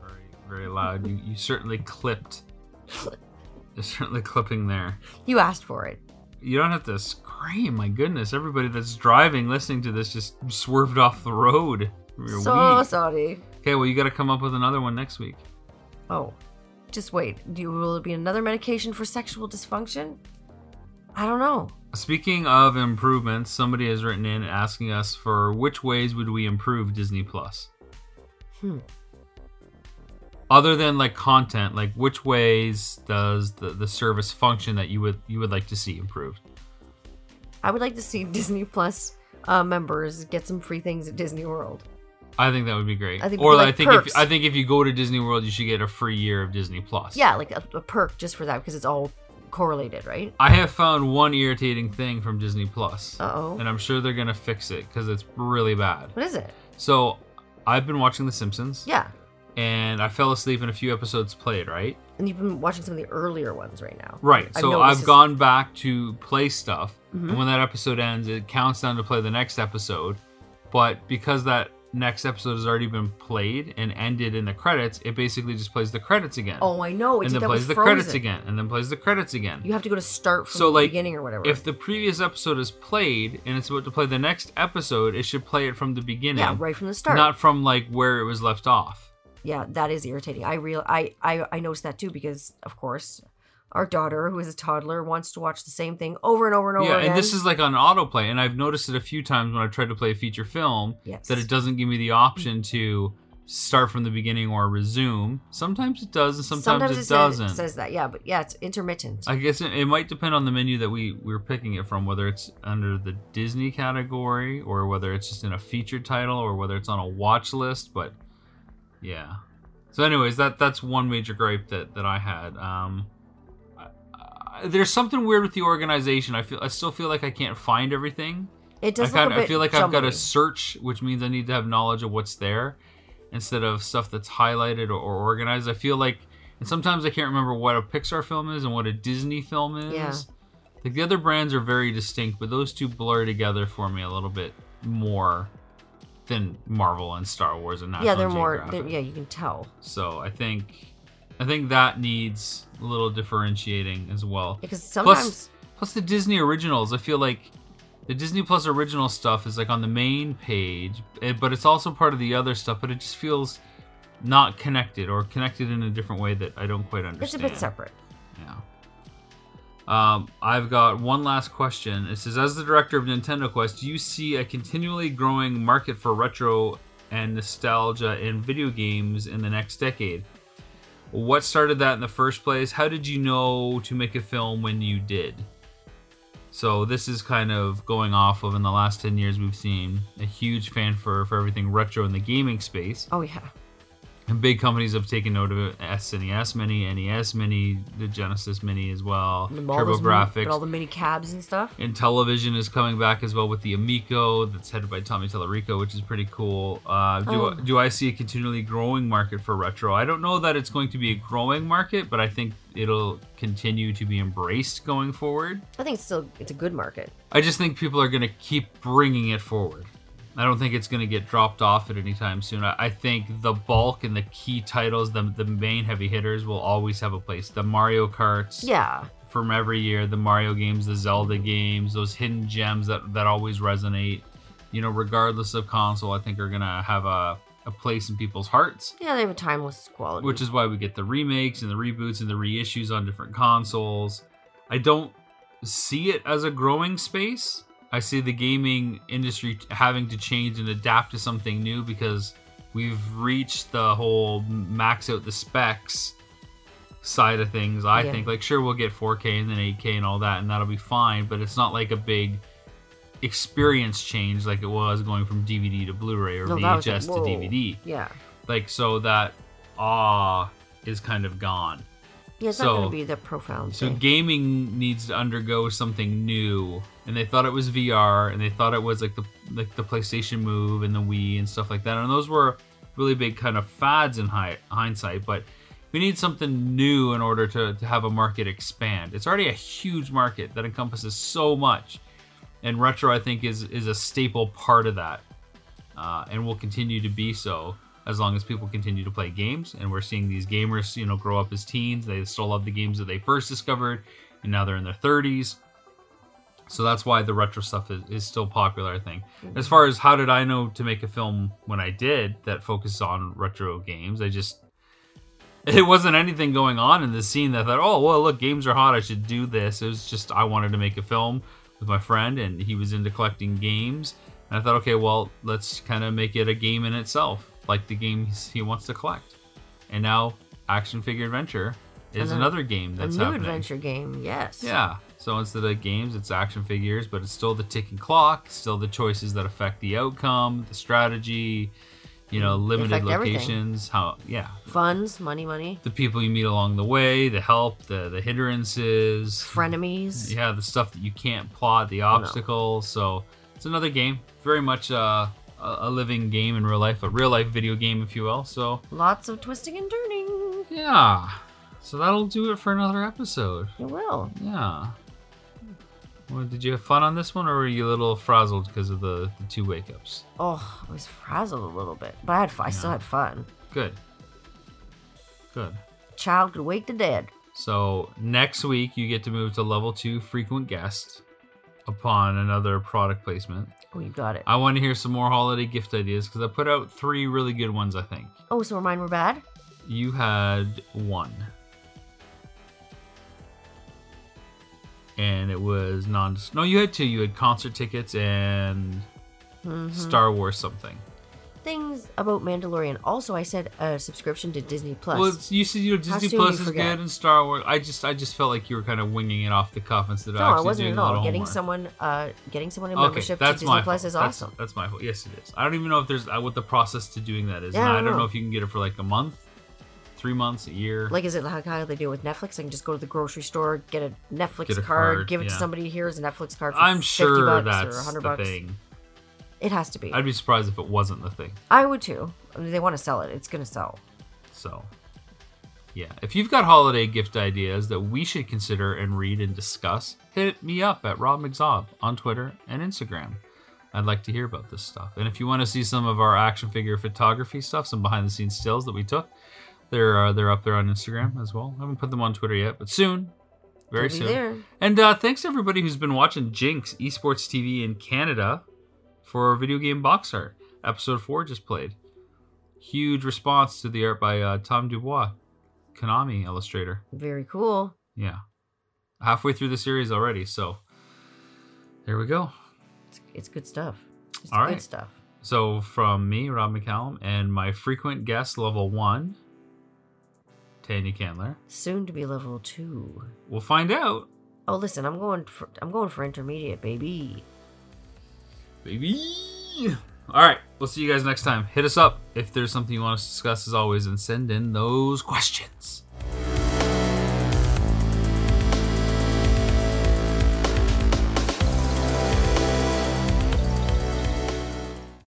Speaker 2: very very loud. You, you certainly clipped. You're certainly clipping there.
Speaker 1: da! You asked for it.
Speaker 2: You don't have to scream. My goodness, everybody that's driving listening to this just swerved off the road. You're
Speaker 1: so
Speaker 2: weak.
Speaker 1: sorry.
Speaker 2: Okay, well, you got to come up with another one next week.
Speaker 1: Oh, just wait. Do you, will it be another medication for sexual dysfunction? I don't know.
Speaker 2: Speaking of improvements, somebody has written in asking us for which ways would we improve Disney Plus?
Speaker 1: Hmm.
Speaker 2: Other than like content, like which ways does the, the service function that you would you would like to see improved?
Speaker 1: I would like to see Disney Plus uh, members get some free things at Disney World.
Speaker 2: I think that would be great.
Speaker 1: I think
Speaker 2: or
Speaker 1: people like
Speaker 2: I think if,
Speaker 1: perks.
Speaker 2: I think if you go to Disney World, you should get a free year of Disney Plus.
Speaker 1: Yeah, like a, a perk just for that because it's all correlated, right?
Speaker 2: I have found one irritating thing from Disney Plus,
Speaker 1: Uh oh.
Speaker 2: and I'm sure they're gonna fix it because it's really bad.
Speaker 1: What is it?
Speaker 2: So, I've been watching The Simpsons.
Speaker 1: Yeah.
Speaker 2: and I fell asleep and a few episodes played, right?
Speaker 1: And you've been watching some of the earlier ones right now.
Speaker 2: Right.
Speaker 1: I've
Speaker 2: So
Speaker 1: noticed
Speaker 2: I've
Speaker 1: this-
Speaker 2: gone back to play stuff,
Speaker 1: Mhm.
Speaker 2: and when that episode ends, it counts down to play the next episode. But because that next episode has already been played and ended in the credits, it basically just plays the credits again.
Speaker 1: Oh, I know. It
Speaker 2: and
Speaker 1: did
Speaker 2: then
Speaker 1: that
Speaker 2: plays
Speaker 1: with
Speaker 2: the
Speaker 1: Frozen.
Speaker 2: credits again, and then plays the credits again.
Speaker 1: You have to go to start from
Speaker 2: So,
Speaker 1: the
Speaker 2: like,
Speaker 1: beginning or whatever.
Speaker 2: if the previous episode is played and it's about to play the next episode, it should play it from the beginning,
Speaker 1: yeah, right from the start.
Speaker 2: not from like where it was left off.
Speaker 1: yeah, that is irritating. I real I, I I noticed that too because of course our daughter who is a toddler wants to watch the same thing over and over and over
Speaker 2: yeah,
Speaker 1: again.
Speaker 2: and this is like on autoplay, and I've noticed it a few times when I've tried to play a feature film
Speaker 1: yes.
Speaker 2: that it doesn't give me the option to start from the beginning or resume. Sometimes it does, and sometimes, it,
Speaker 1: says-
Speaker 2: doesn't.
Speaker 1: says that, yeah, but yeah, it's intermittent.
Speaker 2: I guess it, it might depend on the menu that we we're picking it from, whether it's under the Disney category or whether it's just in a featured title or whether it's on a watch list. But yeah. So, anyways, that that's one major gripe that that I had. Um, I- I- there's something weird with the organization. I feel I still feel like I can't find everything.
Speaker 1: it
Speaker 2: I,
Speaker 1: does look
Speaker 2: kind
Speaker 1: a
Speaker 2: of,
Speaker 1: bit
Speaker 2: I feel like I've got
Speaker 1: jumbly.
Speaker 2: to search, which means I need to have knowledge of what's there instead of stuff that's highlighted or, or organized. I feel like, and sometimes I can't remember what a Pixar film is and what a Disney film is.
Speaker 1: Yeah.
Speaker 2: Like the other brands are very distinct, but those two blur together for me a little bit more than Marvel and Star Wars and National
Speaker 1: yeah, they're more. They're,
Speaker 2: Geographic.
Speaker 1: yeah, you can tell.
Speaker 2: So I think, I think that needs a little differentiating as well.
Speaker 1: Because sometimes
Speaker 2: Plus the Disney originals, I feel like the Disney Plus original stuff is like on the main page, eh, but it's also part of the other stuff. But it just feels not connected or connected in a different way that I don't quite
Speaker 1: it's a
Speaker 2: understand.
Speaker 1: bit separate.
Speaker 2: Yeah. Um, I've got one last question. It says, as the director of Nintendo Quest, do you see a continually growing market for retro and nostalgia in video games in the next decade? What started that in the first place? How did you know to make a film when you did? So this is kind of going off of in the last 10 years we've seen a huge fan for, for everything retro in the gaming space.
Speaker 1: Oh yeah,
Speaker 2: And big companies have taken note of it. SNES Mini, NES Mini, the Genesis Mini as well,
Speaker 1: And all those mini-
Speaker 2: TurboGrafx.
Speaker 1: and all the mini cabs and stuff.
Speaker 2: and television is coming back as well with the Amico that's headed by Tommy Tellerico, which is pretty cool. Uh, do,
Speaker 1: Oh.
Speaker 2: do I see a continually growing market for retro? I don't know that it's going to be a growing market, but I think it'll continue to be embraced going forward.
Speaker 1: I think it's still it's a good market.
Speaker 2: I just think people are going to keep bringing it forward. I don't think it's going to get dropped off at any time soon. I, I think the bulk and the key titles, the, the main heavy hitters, will always have a place. The Mario Karts
Speaker 1: Yeah,
Speaker 2: from every year, the Mario games, the Zelda games, those hidden gems that, that always resonate, you know, regardless of console, I think are going to have a, a place in people's hearts
Speaker 1: yeah, they have a timeless quality.
Speaker 2: which is why we get the remakes and the reboots and the reissues on different consoles. I don't see it as a growing space. I see the gaming industry t- having to change and adapt to something new because we've reached the whole max out the specs side of things. I
Speaker 1: Yeah.
Speaker 2: think like sure we'll get 4K and then 8K and all that and that'll be fine, but it's not like a big experience change like it was going from DVD to Blu-ray or
Speaker 1: No, that was-
Speaker 2: VHS to
Speaker 1: whoa.
Speaker 2: DVD
Speaker 1: yeah,
Speaker 2: like so that awe is kind of gone
Speaker 1: yeah, it's
Speaker 2: So-
Speaker 1: not going to be that profound.
Speaker 2: so
Speaker 1: thing.
Speaker 2: gaming needs to undergo something new and they thought it was vr and they thought it was like the like the playstation move and the wii and stuff like that and those were really big kind of fads in hi- hindsight but we need something new in order to, to have a market expand it's already a huge market that encompasses so much and retro i think is is a staple part of that uh, and will continue to be so as long as people continue to play games and we're seeing these gamers you know grow up as teens they still love the games that they first discovered and now they're in their 30s so that's why the retro stuff is, is still popular i think
Speaker 1: Mm-hmm.
Speaker 2: as far as how did i know to make a film when i did that focused on retro games i just it wasn't anything going on in the scene that I thought oh well look games are hot i should do this it was just i wanted to make a film with my friend and he was into collecting games and I thought, okay, well, let's kind of make it a game in itself, like the games he wants to collect. And now, action figure adventure is
Speaker 1: And then
Speaker 2: another game
Speaker 1: a
Speaker 2: that's
Speaker 1: new
Speaker 2: happening.
Speaker 1: adventure game. Yes.
Speaker 2: Yeah. So instead of games, it's action figures, but it's still the ticking clock, still the choices that affect the outcome, the strategy, you know, limited
Speaker 1: affect everything.
Speaker 2: locations. How? Yeah.
Speaker 1: Funds, money, money,
Speaker 2: The people you meet along the way, the help, the the hindrances,
Speaker 1: frenemies.
Speaker 2: yeah, the stuff that you can't plot, the obstacles. So it's another game, very much uh, a, a living game in real life, a real life video game, if you will. So
Speaker 1: Lots of twisting and turning.
Speaker 2: yeah, so that'll do it for another episode.
Speaker 1: It will.
Speaker 2: Yeah. Well, did you have fun on this one, or were you a little frazzled because of the, the two wake ups?
Speaker 1: Oh, I was frazzled a little bit, but I had fu- I still
Speaker 2: Yeah.
Speaker 1: had fun.
Speaker 2: Good. Good.
Speaker 1: Child could wake the dead.
Speaker 2: So next week you get to move to level two frequent guest upon another product placement.
Speaker 1: Oh, you got it.
Speaker 2: I want to hear some more holiday gift ideas because I put out three really good ones, I think.
Speaker 1: Oh, so mine were bad.
Speaker 2: You had one. And it was non. No, you had two. You had concert tickets and
Speaker 1: Mhm.
Speaker 2: Star Wars something.
Speaker 1: things about Mandalorian. Also, I said a subscription to Disney Plus.
Speaker 2: Well, it's, you said you know
Speaker 1: How
Speaker 2: Disney
Speaker 1: soon
Speaker 2: Plus
Speaker 1: you
Speaker 2: is
Speaker 1: forget?
Speaker 2: good and Star Wars. I just I just felt like you were kind of winging it off the cuff instead of
Speaker 1: no, I
Speaker 2: actually
Speaker 1: wasn't
Speaker 2: doing
Speaker 1: at
Speaker 2: a lot
Speaker 1: all.
Speaker 2: of
Speaker 1: Getting
Speaker 2: homework.
Speaker 1: someone, uh, getting someone a
Speaker 2: okay,
Speaker 1: membership to
Speaker 2: that's
Speaker 1: Disney
Speaker 2: my
Speaker 1: Plus
Speaker 2: fault.
Speaker 1: is
Speaker 2: That's-
Speaker 1: awesome.
Speaker 2: That's my fault. Yes, it is. I don't even know if there's uh, what the process to doing that is.
Speaker 1: Yeah,
Speaker 2: and
Speaker 1: I
Speaker 2: I
Speaker 1: don't
Speaker 2: don't
Speaker 1: know.
Speaker 2: know if you can get it for like a month, three months, a year.
Speaker 1: Like, is it like how they do with Netflix? I can just go to the grocery store, get a Netflix
Speaker 2: Get a
Speaker 1: card,
Speaker 2: card,
Speaker 1: give it to
Speaker 2: yeah.
Speaker 1: somebody. Here's a Netflix card. For
Speaker 2: I'm
Speaker 1: 50
Speaker 2: sure
Speaker 1: bucks
Speaker 2: that's
Speaker 1: or 100
Speaker 2: the
Speaker 1: bucks.
Speaker 2: thing.
Speaker 1: It has to be.
Speaker 2: I'd be surprised if it wasn't the thing.
Speaker 1: I would too. I mean, they want to sell it. It's gonna sell.
Speaker 2: So, yeah. If you've got holiday gift ideas that we should consider and read and discuss, hit me up at Rob McZob on Twitter and Instagram. I'd like to hear about this stuff. And if you want to see some of our action figure photography stuff, some behind the scenes stills that we took, they're uh, they're up there on Instagram as well. I haven't put them on Twitter yet, but soon, very
Speaker 1: They'll be
Speaker 2: soon.
Speaker 1: There.
Speaker 2: And uh, thanks to everybody who's been watching Jinx Esports TV in Canada for video game box art. Episode 4 just played. Huge response to the art by uh, Tom Dubois, Konami illustrator.
Speaker 1: Very cool.
Speaker 2: Yeah. Halfway through the series already, so there we go.
Speaker 1: It's, it's good stuff. It's
Speaker 2: All
Speaker 1: good
Speaker 2: right.
Speaker 1: stuff.
Speaker 2: So, from me, Rob McCallum, and my frequent guest, level one, Tanya Candler,
Speaker 1: Soon to be level two.
Speaker 2: we'll find out.
Speaker 1: Oh, listen, I'm going for I'm going for intermediate, baby.
Speaker 2: baby. All right, we'll see you guys next time. Hit us up if there's something you want us to discuss, as always, and send in those questions.